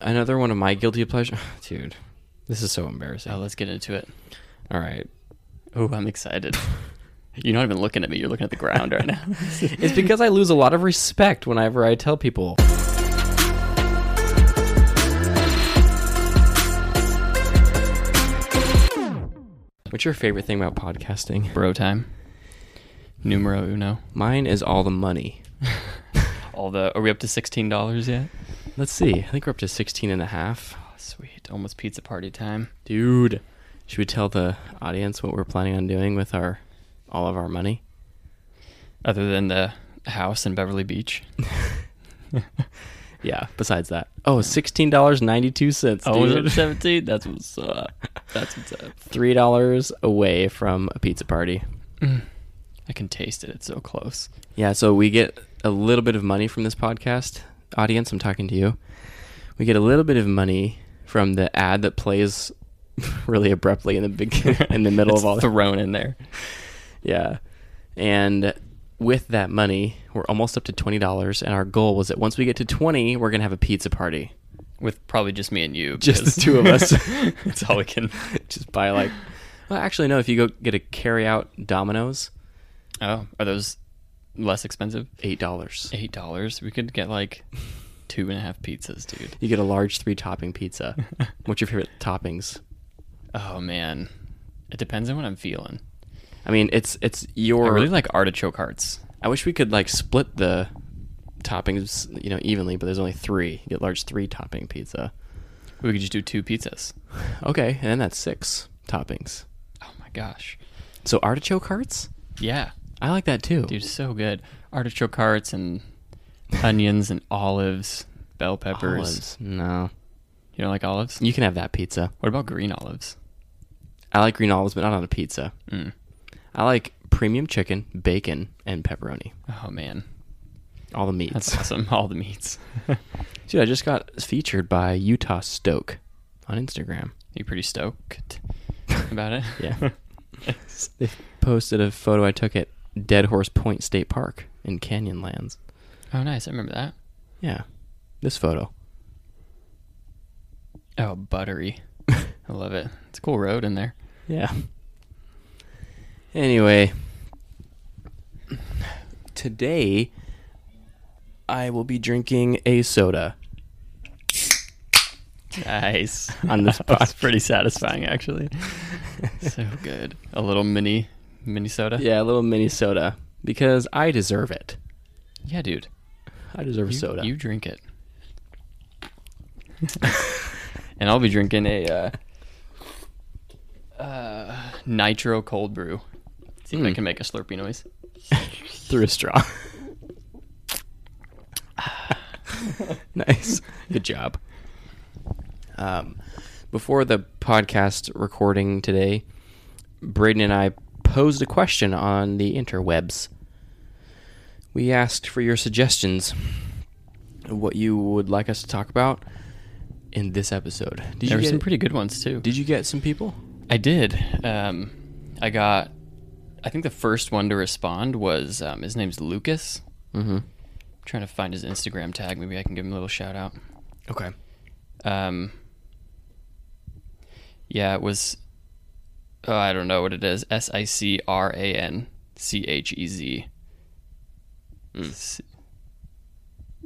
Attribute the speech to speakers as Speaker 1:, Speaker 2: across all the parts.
Speaker 1: another one of my guilty pleasure, dude. This is so embarrassing.
Speaker 2: Oh, let's get into it.
Speaker 1: All right,
Speaker 2: Oh, I'm excited. You're not even looking at me. You're looking at the ground right now.
Speaker 1: it's because I lose a lot of respect whenever I tell people. What's your favorite thing about podcasting?
Speaker 2: Bro time. Numero uno.
Speaker 1: Mine is all the money.
Speaker 2: All the. Are we up to sixteen dollars yet?
Speaker 1: Let's see. I think we're up to 16 and a half.
Speaker 2: Oh, sweet. Almost pizza party time.
Speaker 1: Dude, should we tell the audience what we're planning on doing with our all of our money?
Speaker 2: Other than the house in Beverly Beach.
Speaker 1: Yeah, besides that. Oh, $16.92.
Speaker 2: Oh, is
Speaker 1: dude.
Speaker 2: it seventeen? That's what's up. That's what's up.
Speaker 1: $3 away from a pizza party.
Speaker 2: Mm. I can taste it. It's so close.
Speaker 1: Yeah, so we get a little bit of money from this podcast. Audience, I'm talking to you. We get a little bit of money from the ad that plays really abruptly in the beginning, in the middle
Speaker 2: It's
Speaker 1: of all the
Speaker 2: thrown in there.
Speaker 1: Yeah. And with that money, we're almost up to $20 and our goal was that once we get to 20, we're going to have a pizza party.
Speaker 2: with probably just me and you.
Speaker 1: Just the
Speaker 2: because
Speaker 1: two of us.
Speaker 2: it's all we can.
Speaker 1: Just buy like Well, actually no, if you go get a carry out Domino's,
Speaker 2: Oh, are those less expensive?
Speaker 1: $8.
Speaker 2: Eight dollars. We could get like two and a half pizzas, dude.
Speaker 1: You get a large three-topping pizza. What's your favorite toppings?
Speaker 2: Oh man, it depends on what I'm feeling.
Speaker 1: I mean, it's it's your
Speaker 2: I really like artichoke hearts.
Speaker 1: I wish we could like split the toppings, you know, evenly, but there's only three. You get large three topping pizza.
Speaker 2: We could just do two pizzas.
Speaker 1: Okay, and then that's six toppings.
Speaker 2: Oh my gosh.
Speaker 1: So artichoke hearts?
Speaker 2: Yeah,
Speaker 1: I like that too.
Speaker 2: dude, so good. Artichoke hearts and onions and olives, bell peppers.
Speaker 1: Olives. No.
Speaker 2: You don't like olives?
Speaker 1: You can have that pizza.
Speaker 2: What about green olives?
Speaker 1: I like green olives, but not on a pizza.
Speaker 2: Mm.
Speaker 1: I like premium chicken, bacon, and pepperoni.
Speaker 2: Oh man,
Speaker 1: All the meats.
Speaker 2: that's awesome. All the meats.
Speaker 1: Dude, I just got featured by Utah Stoke on Instagram.
Speaker 2: You pretty stoked about it?
Speaker 1: Yeah. they posted a photo I took at Dead Horse Point State Park in Canyonlands.
Speaker 2: Oh, nice. I remember that.
Speaker 1: Yeah. This photo.
Speaker 2: Oh, buttery. I love it. It's a cool road in there.
Speaker 1: Yeah. Anyway, today I will be drinking a soda.
Speaker 2: Nice.
Speaker 1: On this
Speaker 2: That was
Speaker 1: podcast.
Speaker 2: pretty satisfying, actually. so good. A little mini Minnesota.
Speaker 1: Yeah, a little mini soda because I deserve it.
Speaker 2: Yeah, dude.
Speaker 1: I deserve
Speaker 2: You,
Speaker 1: a soda.
Speaker 2: you drink it. and I'll be drinking a uh, uh, nitro cold brew. See if I
Speaker 1: Mm.
Speaker 2: can make a slurpy noise.
Speaker 1: through a straw. nice. Good job. Um, before the podcast recording today, Braden and I posed a question on the interwebs. We asked for your suggestions of what you would like us to talk about in this episode. Did
Speaker 2: there
Speaker 1: you
Speaker 2: were
Speaker 1: get
Speaker 2: some pretty good ones too.
Speaker 1: Did you get some people?
Speaker 2: I did. Um, I got. I think the first one to respond was um, his name's Lucas.
Speaker 1: Mm-hmm.
Speaker 2: trying to find his Instagram tag. Maybe I can give him a little shout out.
Speaker 1: Okay.
Speaker 2: Um, yeah, it was. Oh, I don't know what it is. S I C R A N C H E Z.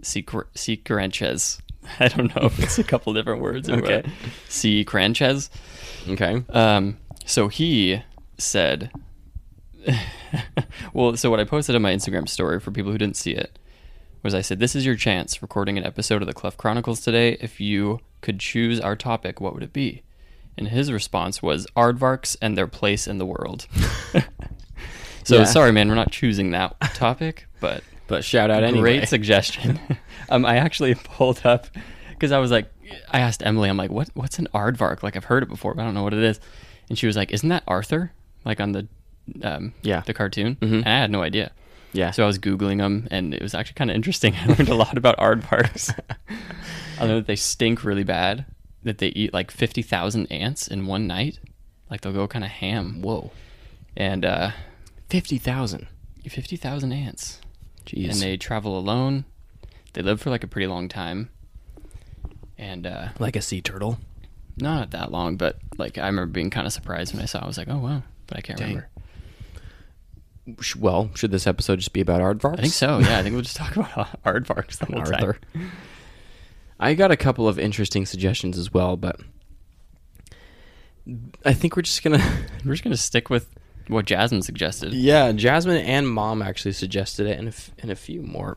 Speaker 2: Secranchez. I don't know if it's a couple different words.
Speaker 1: Okay.
Speaker 2: Okay. Secranchez.
Speaker 1: Okay.
Speaker 2: Um, so he said, well, so what I posted on my Instagram story for people who didn't see it was I said, This is your chance recording an episode of the Clef Chronicles today. If you could choose our topic, what would it be? And his response was aardvarks and their place in the world. so
Speaker 1: Yeah.
Speaker 2: sorry, man, we're not choosing that topic, but
Speaker 1: But shout out anyway.
Speaker 2: Great suggestion. um, I actually pulled up because I was like, I asked Emily, I'm like, what what's an aardvark? Like I've heard it before, but I don't know what it is. And she was like, isn't that Arthur? Like on the um,
Speaker 1: Yeah.
Speaker 2: the cartoon. And I had no idea.
Speaker 1: Yeah.
Speaker 2: So I was googling them, and it was actually kind of interesting. I learned a lot about aardvarks. I know that they stink really bad. That they eat like fifty thousand ants in one night. Like they'll go kind of ham.
Speaker 1: whoa,
Speaker 2: And uh,
Speaker 1: fifty thousand.
Speaker 2: fifty thousand ants
Speaker 1: Jeez.
Speaker 2: and they travel alone. They live for like a pretty long time. and uh,
Speaker 1: like a sea turtle.
Speaker 2: not that long, but like I remember being kind of surprised when I saw. it. I was like, oh wow, but I can't
Speaker 1: Dang.
Speaker 2: remember.
Speaker 1: Sh- Well, should this episode just be about aardvarks?
Speaker 2: I think so. Yeah, I think we'll just talk about aardvarks the whole
Speaker 1: Arthur.
Speaker 2: time.
Speaker 1: I got a couple of interesting suggestions as well, but I think we're just gonna.
Speaker 2: We're just gonna stick with what Jasmine suggested.
Speaker 1: yeah, Jasmine and Mom actually suggested it, and a f- and a few more,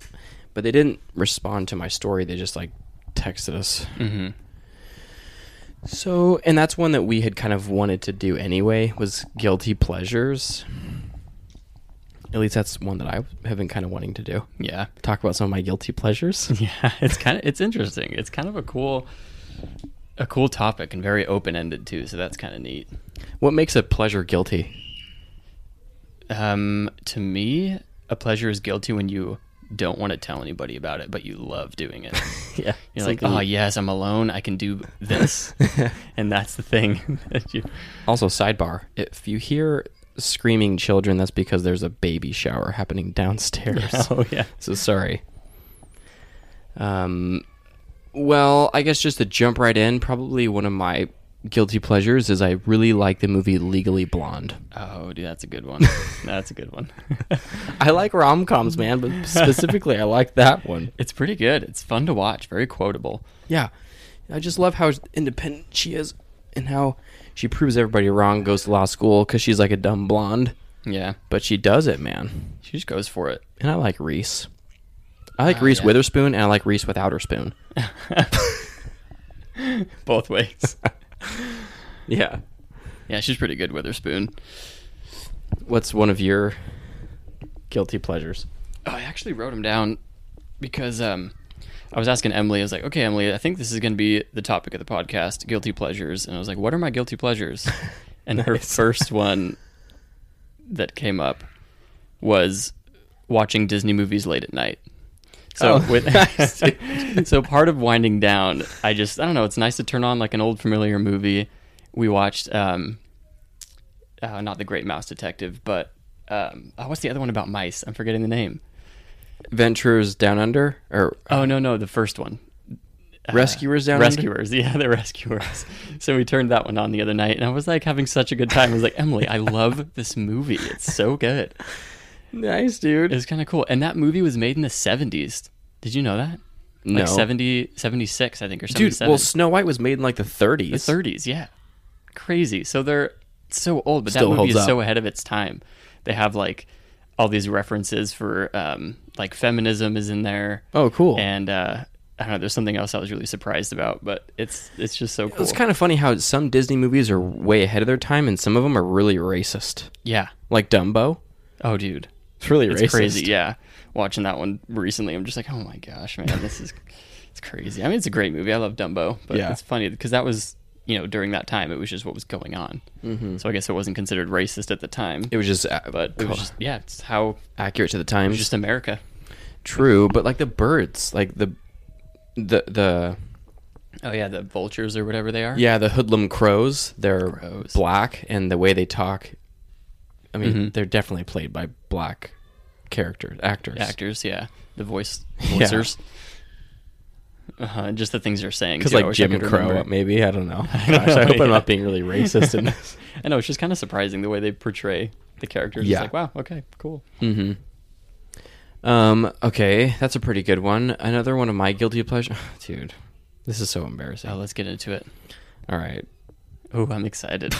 Speaker 1: but they didn't respond to my story. They just like texted us.
Speaker 2: Mm-hmm.
Speaker 1: So, and that's one that we had kind of wanted to do anyway was guilty pleasures. At least that's one that I have been kind of wanting to do.
Speaker 2: Yeah.
Speaker 1: Talk about some of my guilty pleasures.
Speaker 2: Yeah, it's kind of it's interesting. It's kind of a cool a cool topic and very open-ended too, so that's kind of neat.
Speaker 1: what makes a pleasure guilty?
Speaker 2: Um to me, a pleasure is guilty when you don't want to tell anybody about it, but you love doing it.
Speaker 1: Yeah,
Speaker 2: You're like, "Oh, yes, I'm alone. I can do this." and that's the thing that you
Speaker 1: Also, sidebar: if you hear screaming children, that's because there's a baby shower happening downstairs.
Speaker 2: Oh, yeah.
Speaker 1: So sorry. Um, well, I guess just to jump right in, probably one of my guilty pleasures is I really like the movie Legally Blonde.
Speaker 2: Oh, dude, that's a good one. That's a good one.
Speaker 1: I like rom coms, man, but specifically I like that one.
Speaker 2: it's pretty good. It's fun to watch, very quotable.
Speaker 1: Yeah, I just love how independent she is and how she proves everybody wrong. Goes to law school because she's like a dumb blonde,
Speaker 2: Yeah.
Speaker 1: but she does it, man.
Speaker 2: She just goes for it.
Speaker 1: And I like Reese. I like
Speaker 2: Ah,
Speaker 1: Reese
Speaker 2: yeah.
Speaker 1: Witherspoon and I like Reese without her spoon.
Speaker 2: Both ways.
Speaker 1: Yeah.
Speaker 2: yeah, she's pretty good with her spoon.
Speaker 1: What's one of your guilty pleasures?
Speaker 2: Oh, I actually wrote them down because um, I was asking Emily. I was like, "Okay, Emily, I think this is going to be the topic of the podcast: guilty pleasures." And I was like, "What are my guilty pleasures?" And her
Speaker 1: Nice.
Speaker 2: first one that came up was watching Disney movies late at night. So
Speaker 1: Oh,
Speaker 2: with
Speaker 1: nice,
Speaker 2: so part of winding down, I just I don't know. It's nice to turn on like an old familiar movie. We watched um, uh, not the Great Mouse Detective, but um, oh, what's the other one about mice? I'm forgetting the name.
Speaker 1: Ventures Down Under or
Speaker 2: Oh no, no, the first one.
Speaker 1: Rescuers Down Under?
Speaker 2: Uh, rescuers, yeah, the rescuers. so we turned that one on the other night, and I was like having such a good time. I was like, Emily, I love this movie. It's so good.
Speaker 1: Nice, dude.
Speaker 2: It was kind of cool, and that movie was made in the seventies. Did you know that?
Speaker 1: No.
Speaker 2: Like 70, 76, I think, or
Speaker 1: Dude,
Speaker 2: seventy-seven.
Speaker 1: well, Snow White was made in like the 30s.
Speaker 2: the thirties, yeah, crazy. So they're so old, but
Speaker 1: Still
Speaker 2: that movie
Speaker 1: holds
Speaker 2: is so
Speaker 1: up.
Speaker 2: ahead of its time. They have like all these references for um, like feminism is in there.
Speaker 1: Oh, cool.
Speaker 2: and uh, I don't know. There's something else I was really surprised about, but it's it's just so cool.
Speaker 1: It's kind of funny how some Disney movies are way ahead of their time, and some of them are really racist,
Speaker 2: yeah.
Speaker 1: like Dumbo.
Speaker 2: Oh, dude,
Speaker 1: It's really
Speaker 2: it's
Speaker 1: racist.
Speaker 2: crazy. Yeah, watching that one recently, I'm just like, oh my gosh, man, this is it's crazy. I mean, it's a great movie. I love Dumbo, but
Speaker 1: Yeah.
Speaker 2: it's funny because that was you know during that time it was just what was going on.
Speaker 1: Mm-hmm.
Speaker 2: So I guess it wasn't considered racist at the time,
Speaker 1: It was just, uh,
Speaker 2: but it was just yeah, it's how
Speaker 1: accurate to the time.
Speaker 2: it's just America.
Speaker 1: True, but like the birds, like the the the
Speaker 2: Oh yeah, the vultures or whatever they are.
Speaker 1: yeah, the hoodlum crows, they're
Speaker 2: Crows. Mm-hmm.
Speaker 1: black and the way they talk I mean, they're definitely played by black characters, actors.
Speaker 2: actors. Yeah, the voice
Speaker 1: Yeah.
Speaker 2: voicers. Uh-huh, just the things they're saying.
Speaker 1: Cuz
Speaker 2: too. I
Speaker 1: like
Speaker 2: wish I
Speaker 1: Jim
Speaker 2: could
Speaker 1: Crow
Speaker 2: remember.
Speaker 1: maybe, I don't know. Gosh, I,
Speaker 2: don't know,
Speaker 1: hope
Speaker 2: yeah.
Speaker 1: I'm not being really racist in this.
Speaker 2: I know it's just kind of surprising the way they portray the characters.
Speaker 1: Yeah.
Speaker 2: It's like, wow, okay, cool.
Speaker 1: Um okay, that's a pretty good one. Another one of my guilty pleasure. Dude, this is so embarrassing.
Speaker 2: Oh, let's get into it.
Speaker 1: All right.
Speaker 2: Oh, I'm excited.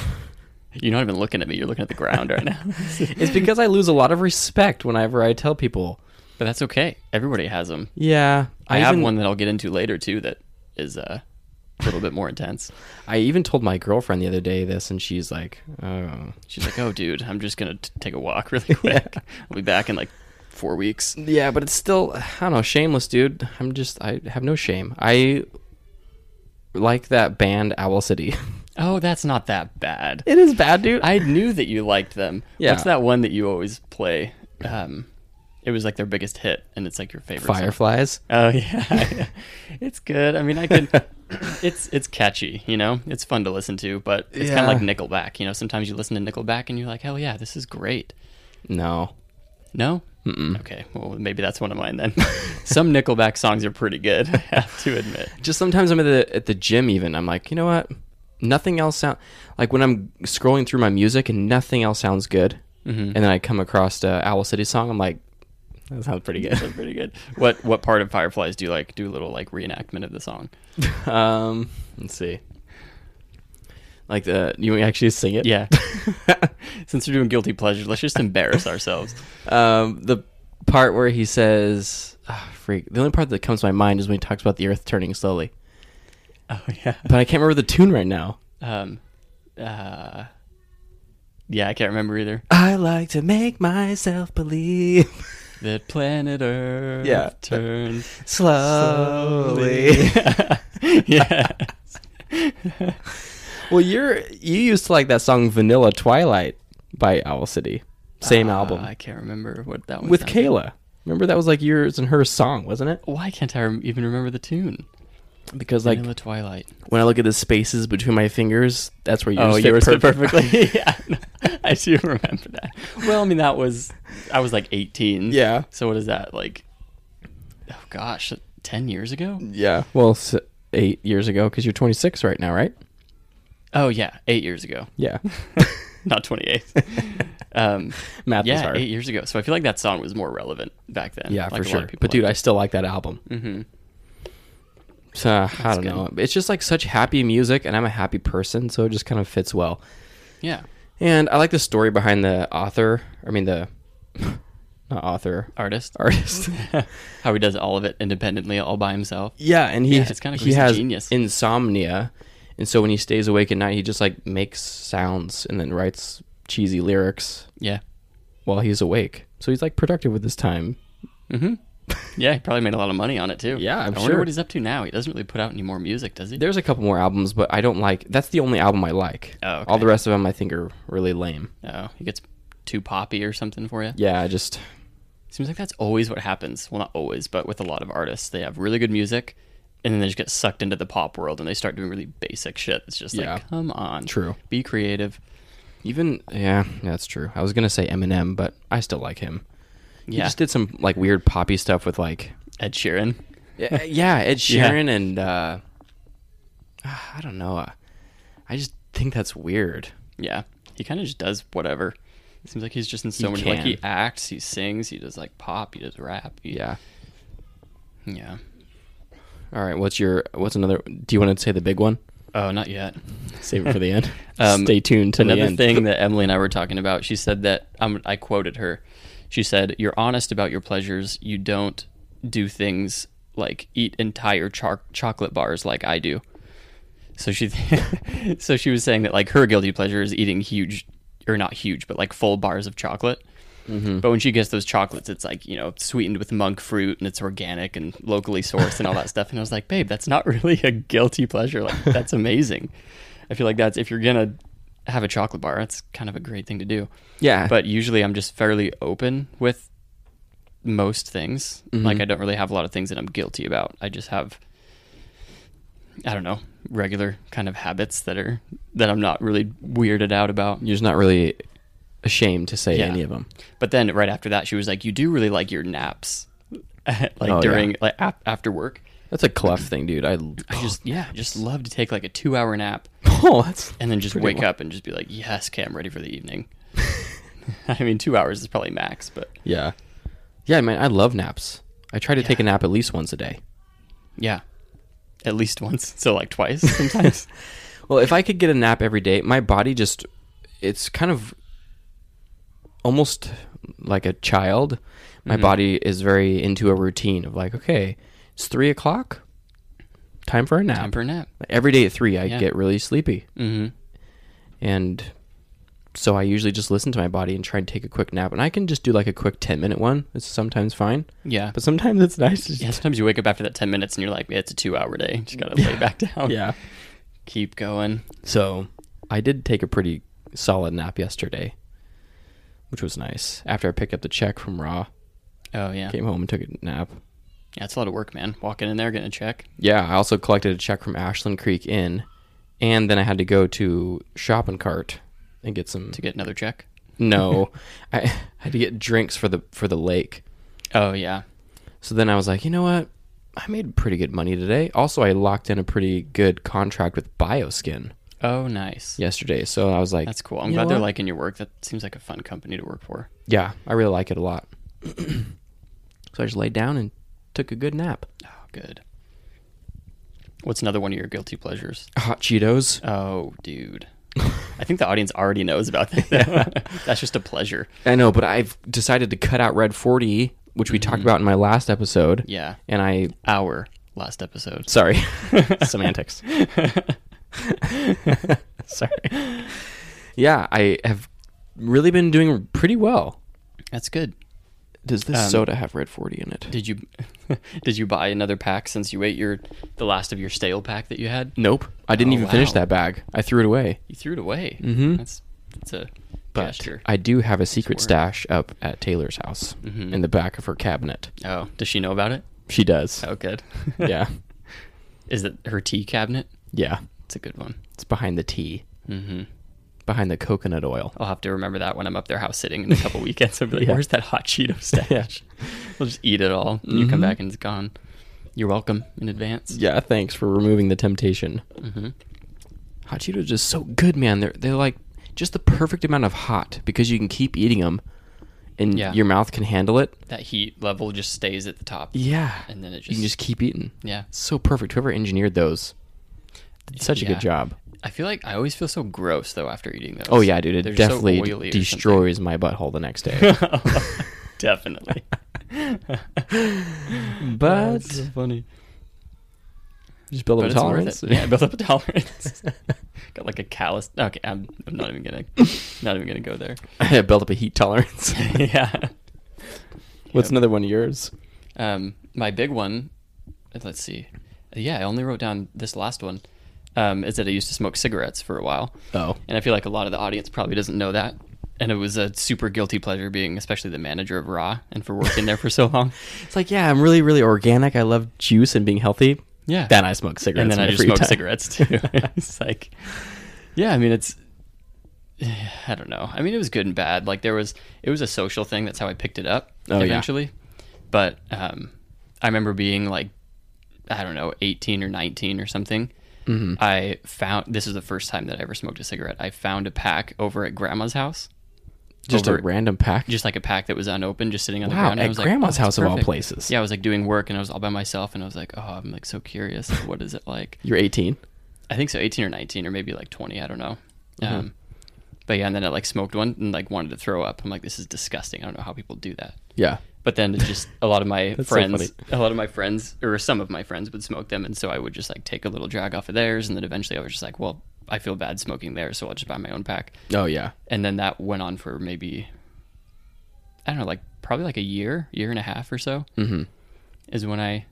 Speaker 2: You're not even looking at me. You're looking at the ground right now.
Speaker 1: It's because I lose a lot of respect whenever I tell people.
Speaker 2: but that's okay. Everybody has them.
Speaker 1: Yeah,
Speaker 2: I, have
Speaker 1: even-
Speaker 2: one that I'll get into later too. That is uh, a little bit more intense.
Speaker 1: I even told my girlfriend the other day this, and she's like, "Oh,
Speaker 2: She's like, "Oh, dude, I'm just gonna t- take a walk really quick. I'll be back in like four weeks."
Speaker 1: yeah, but it's still, I don't know, shameless, dude. I'm just, I have no shame. I like that band Owl City.
Speaker 2: Oh, that's not that bad.
Speaker 1: it is bad, dude.
Speaker 2: I knew that you liked them.
Speaker 1: Yeah.
Speaker 2: What's that one that you always play? Um, it was like their biggest hit, and it's like your favorite. song.
Speaker 1: Fireflies.
Speaker 2: Oh yeah, it's good. I mean, I could. It's it's catchy, you know. It's fun to listen to, but it's
Speaker 1: Yeah.
Speaker 2: kind of like Nickelback. You know, sometimes you listen to Nickelback and you're like, hell yeah, this is great.
Speaker 1: No,
Speaker 2: No,
Speaker 1: Mm-mm.
Speaker 2: Okay, well maybe that's one of mine then. Some Nickelback songs are pretty good, I have to admit.
Speaker 1: Just sometimes I'm at the at the gym. Even I'm like, you know what? Nothing else sound like when I'm scrolling through my music and nothing else sounds good. And then I come across a Owl City song. I'm like, Mm-hmm. that sounds pretty good.
Speaker 2: They're pretty good. What what part of Fireflies do you like? Do a little like reenactment of the song.
Speaker 1: Um, let's see. Like the you want me to actually sing it?
Speaker 2: Yeah. Since we're doing guilty pleasure, let's just embarrass ourselves.
Speaker 1: Um, the part where he says, ah, "Freak." The only part that comes to my mind is when he talks about the Earth turning slowly,
Speaker 2: Oh yeah.
Speaker 1: but I can't remember the tune right now.
Speaker 2: Um. Uh. Yeah, I can't remember either.
Speaker 1: I like to make myself believe
Speaker 2: That planet Earth
Speaker 1: Yeah.
Speaker 2: turns
Speaker 1: slowly.
Speaker 2: yeah.
Speaker 1: well, you're you used to like that song "Vanilla Twilight" by Owl City, same
Speaker 2: Uh,
Speaker 1: album
Speaker 2: I can't remember what that one
Speaker 1: with
Speaker 2: sounded-
Speaker 1: Kayla. Remember that was like yours and her song, wasn't it?
Speaker 2: Why can't I rem- even remember the tune?
Speaker 1: Because like
Speaker 2: Like Vanilla Twilight.
Speaker 1: when I look at the spaces between my fingers, that's where yours
Speaker 2: Oh,
Speaker 1: fit
Speaker 2: yours fit
Speaker 1: perfect-
Speaker 2: perfectly. yeah, I do remember that. Well, I mean, that was I was like 18.
Speaker 1: Yeah.
Speaker 2: So what is that like? Oh gosh, 10 years ago?
Speaker 1: Yeah. Well, s eight years ago, because you're 26 right now, right?
Speaker 2: Oh yeah, eight years ago.
Speaker 1: Yeah.
Speaker 2: Not 28. um,
Speaker 1: Math is
Speaker 2: yeah,
Speaker 1: hard.
Speaker 2: eight years ago. So I feel like that song was more relevant back then.
Speaker 1: yeah,
Speaker 2: like
Speaker 1: for
Speaker 2: a lot
Speaker 1: sure.
Speaker 2: of people
Speaker 1: But dude, I
Speaker 2: liked
Speaker 1: still like that album.
Speaker 2: it. Mhm.
Speaker 1: So, I don't
Speaker 2: good.
Speaker 1: know. It's just like such happy music, and I'm a happy person, so it just kind of fits well.
Speaker 2: yeah,
Speaker 1: And I like the story behind the author. I mean, the not author
Speaker 2: artist,
Speaker 1: artist.
Speaker 2: how he does all of it independently, all by himself.
Speaker 1: yeah, and he
Speaker 2: Yeah, it's kinda cool.
Speaker 1: he
Speaker 2: He's a
Speaker 1: has
Speaker 2: genius.
Speaker 1: insomnia, and so when he stays awake at night, he just like makes sounds and then writes cheesy lyrics
Speaker 2: Yeah.
Speaker 1: while he's awake. So he's like productive with his time.
Speaker 2: hmm Yeah, he probably made a lot of money on it too.
Speaker 1: Yeah, I'm
Speaker 2: I wonder
Speaker 1: sure.
Speaker 2: what he's up to now. He doesn't really put out any more music, does he?
Speaker 1: There's a couple more albums, but I don't like. That's the only album I like.
Speaker 2: Oh, okay.
Speaker 1: All the rest of them I think are really lame.
Speaker 2: Oh, he gets too poppy or something for you.
Speaker 1: Yeah, I just
Speaker 2: Seems like that's always what happens. Well, not always, but with a lot of artists, they have really good music, and then they just get sucked into the pop world and they start doing really basic shit. It's just
Speaker 1: Yeah.
Speaker 2: like, come on,
Speaker 1: True.
Speaker 2: be creative.
Speaker 1: even yeah, yeah, that's true. I was gonna say Eminem, but I still like him. He
Speaker 2: Yeah,
Speaker 1: just did some like weird poppy stuff with like
Speaker 2: Ed Sheeran.
Speaker 1: yeah, uh, yeah, Ed
Speaker 2: Yeah.
Speaker 1: Sheeran and uh, I don't know. uh, I just think that's weird.
Speaker 2: Yeah, he kind of just does whatever. Seems like he's just in so
Speaker 1: He
Speaker 2: many. Like
Speaker 1: can.
Speaker 2: he acts, he sings, he does like pop, he does rap. he-
Speaker 1: Yeah.
Speaker 2: yeah.
Speaker 1: All right. What's your what's another? Do you want to say the big one?
Speaker 2: Oh, not yet.
Speaker 1: Save it for the end.
Speaker 2: Um,
Speaker 1: Stay tuned to the
Speaker 2: another
Speaker 1: end.
Speaker 2: thing that Emily and I were talking about. She said that um, I quoted her. She said, "You're honest about your pleasures. You don't do things like eat entire char- chocolate bars like I do." So she, so she was saying that like her guilty pleasure is eating huge, or not huge, but like full bars of chocolate. But when she gets those chocolates, it's like you know sweetened with monk fruit and it's organic and locally sourced and all that stuff. And I was like, babe, that's not really a guilty pleasure. Like that's amazing. I feel like that's if you're gonna have a chocolate bar, that's kind of a great thing to do.
Speaker 1: Yeah.
Speaker 2: But usually, I'm just fairly open with most things. Like I don't really have a lot of things that I'm guilty about. I just have, I don't know, regular kind of habits that are that I'm not really weirded out about.
Speaker 1: you're just not really ashamed to say
Speaker 2: Yeah.
Speaker 1: any of them.
Speaker 2: But then right after that, she was like, "You do really like your naps, like
Speaker 1: Oh, yeah.
Speaker 2: during like ap- after work."
Speaker 1: That's a Clef thing, dude. I,
Speaker 2: I just yeah, just love to take like a two hour nap
Speaker 1: oh, that's
Speaker 2: and then just
Speaker 1: Pretty
Speaker 2: wake
Speaker 1: lo-
Speaker 2: up and just be like, "Yes, okay, I'm ready for the evening." I mean, two hours is probably max, but
Speaker 1: yeah, yeah. Man, I love naps. I try to take a nap at least once a day.
Speaker 2: yeah, at least once. So like twice sometimes.
Speaker 1: Well, if I could get a nap every day, my body just it's kind of almost like a child. My
Speaker 2: Mm-hmm.
Speaker 1: body is very into a routine of like, okay, it's three o'clock, time for a nap.
Speaker 2: Time for a nap.
Speaker 1: every day at three, I
Speaker 2: Yeah.
Speaker 1: get really sleepy,
Speaker 2: Mm-hmm.
Speaker 1: and so I usually just listen to my body and try and take a quick nap. And I can just do like a quick ten minute one. It's sometimes fine,
Speaker 2: Yeah.
Speaker 1: but sometimes it's nice. To just,
Speaker 2: yeah, sometimes you wake up after that ten minutes and you're like, yeah, "It's a two hour day. Just gotta lay back down.
Speaker 1: yeah.
Speaker 2: keep going."
Speaker 1: So I did take a pretty solid nap yesterday, which was nice. After I picked up the check from Raw,
Speaker 2: Oh yeah,
Speaker 1: came home and took a nap.
Speaker 2: yeah, it's a lot of work, man. Walking in there, getting a check.
Speaker 1: Yeah, I also collected a check from Ashland Creek Inn, and then I had to go to Shop and Cart and get some
Speaker 2: to get another check.
Speaker 1: No, I had to get drinks for the for the lake.
Speaker 2: Oh yeah.
Speaker 1: So then I was like, you know what? I made pretty good money today. Also, I locked in a pretty good contract with Bioskin
Speaker 2: Oh nice.
Speaker 1: yesterday. So I was like,
Speaker 2: That's cool. I'm
Speaker 1: you
Speaker 2: glad
Speaker 1: know
Speaker 2: they're
Speaker 1: what?
Speaker 2: liking your work. That seems like a fun company to work for.
Speaker 1: yeah, I really like it a lot. so I just laid down and took a good nap.
Speaker 2: Oh, good. What's another one of your guilty pleasures?
Speaker 1: Hot Cheetos.
Speaker 2: Oh, dude. I think the audience already knows about that. though. That's just a pleasure.
Speaker 1: I know, but I've decided to cut out Red 40, which we talked about in my last episode.
Speaker 2: Yeah.
Speaker 1: And I,
Speaker 2: Our last episode.
Speaker 1: sorry, semantics. sorry. Yeah, I have really been doing pretty well.
Speaker 2: That's good.
Speaker 1: Does this soda have Red 40 in it?
Speaker 2: Did you did you buy another pack since you ate your the last of your stale pack that you had?
Speaker 1: Nope. I didn't
Speaker 2: Oh,
Speaker 1: even finish
Speaker 2: wow.
Speaker 1: that bag. I threw it away.
Speaker 2: You threw it away. Mm-hmm. That's that's a
Speaker 1: But
Speaker 2: gesture.
Speaker 1: I do have a secret stash up at Taylor's house in the back of her cabinet.
Speaker 2: Oh, does she know about it?
Speaker 1: She does.
Speaker 2: Oh, good.
Speaker 1: Yeah.
Speaker 2: Is it her tea cabinet?
Speaker 1: Yeah.
Speaker 2: It's a good one.
Speaker 1: It's behind the tea,
Speaker 2: Mm-hmm.
Speaker 1: behind the coconut oil.
Speaker 2: I'll have to remember that when I'm up there house sitting in a couple weekends. I'll be like,
Speaker 1: Yeah.
Speaker 2: where's that hot Cheeto stash?
Speaker 1: Yeah. Mm-hmm.
Speaker 2: We'll just eat it all. and You come back and it's gone. You're welcome in advance.
Speaker 1: Yeah, thanks for removing the temptation.
Speaker 2: Mhm.
Speaker 1: Hot Cheetos are just so good, man. They're they're like just the perfect amount of hot because you can keep eating them, and
Speaker 2: Yeah.
Speaker 1: your mouth can handle it.
Speaker 2: That heat level just stays at the top.
Speaker 1: Yeah,
Speaker 2: And then it
Speaker 1: you
Speaker 2: just,
Speaker 1: can just keep eating.
Speaker 2: yeah.
Speaker 1: So perfect. Whoever engineered those, did such a
Speaker 2: Yeah.
Speaker 1: good job.
Speaker 2: I feel like I always feel so gross though after eating those.
Speaker 1: Oh yeah, dude, it
Speaker 2: They're so
Speaker 1: definitely
Speaker 2: oily or
Speaker 1: destroys my butthole the next day.
Speaker 2: something. Definitely.
Speaker 1: but
Speaker 2: That's so funny.
Speaker 1: just build up
Speaker 2: But
Speaker 1: a
Speaker 2: it's
Speaker 1: tolerance.
Speaker 2: worth it. Yeah, build up a tolerance. Got like a callus. Okay, I'm, I'm not even gonna, not even gonna go there.
Speaker 1: I built up a heat tolerance.
Speaker 2: yeah.
Speaker 1: What's
Speaker 2: Yep.
Speaker 1: another one of yours?
Speaker 2: Um, my big one, let's see. Yeah, I only wrote down this last one. Um, is that I used to smoke cigarettes for a while,
Speaker 1: Oh,
Speaker 2: and I feel like a lot of the audience probably doesn't know that. And it was a super guilty pleasure being, especially the manager of Raw, and for working there for so long.
Speaker 1: it's like yeah, I'm really really organic. I love juice and being healthy.
Speaker 2: Yeah.
Speaker 1: Then I smoke cigarettes.
Speaker 2: and then
Speaker 1: in
Speaker 2: I
Speaker 1: my
Speaker 2: just
Speaker 1: free
Speaker 2: smoke
Speaker 1: time.
Speaker 2: cigarettes too. it's like, yeah, I mean, it's, I don't know. I mean, it was good and bad. Like there was, it was a social thing. That's how I picked it up
Speaker 1: Oh, yeah.
Speaker 2: eventually. But um, I remember being like, I don't know, 18 or 19 or something.
Speaker 1: Mm-hmm.
Speaker 2: I found, this is the first time that I ever smoked a cigarette. I found a pack over at grandma's house.
Speaker 1: Just
Speaker 2: Over-
Speaker 1: a random pack.
Speaker 2: just like a pack that was unopened, just sitting on the
Speaker 1: Wow,
Speaker 2: ground. and I
Speaker 1: at
Speaker 2: was
Speaker 1: grandma's
Speaker 2: like, oh,
Speaker 1: house
Speaker 2: that's
Speaker 1: of all
Speaker 2: perfect."
Speaker 1: places.
Speaker 2: Yeah, I was like doing work and I was all by myself, and I was like, oh, I'm like so curious. Like, what is it like?
Speaker 1: You're 18.
Speaker 2: I think so, 18 or 19 or maybe like 20. I don't know.
Speaker 1: Mm-hmm.
Speaker 2: Um, but yeah, and then I like smoked one and like wanted to throw up. I'm like, this is disgusting. I don't know how people do that.
Speaker 1: Yeah.
Speaker 2: But then it's just a lot of my
Speaker 1: That's so
Speaker 2: friends, a lot of my friends, or some of my friends would smoke them, and so I would just like take a little drag off of theirs, and then eventually I was just like, well, I feel bad smoking theirs, so I'll just buy my own pack.
Speaker 1: Oh yeah.
Speaker 2: And then that went on for maybe, I don't know, like probably like a year, year and a half or so
Speaker 1: Mm-hmm.
Speaker 2: is when I,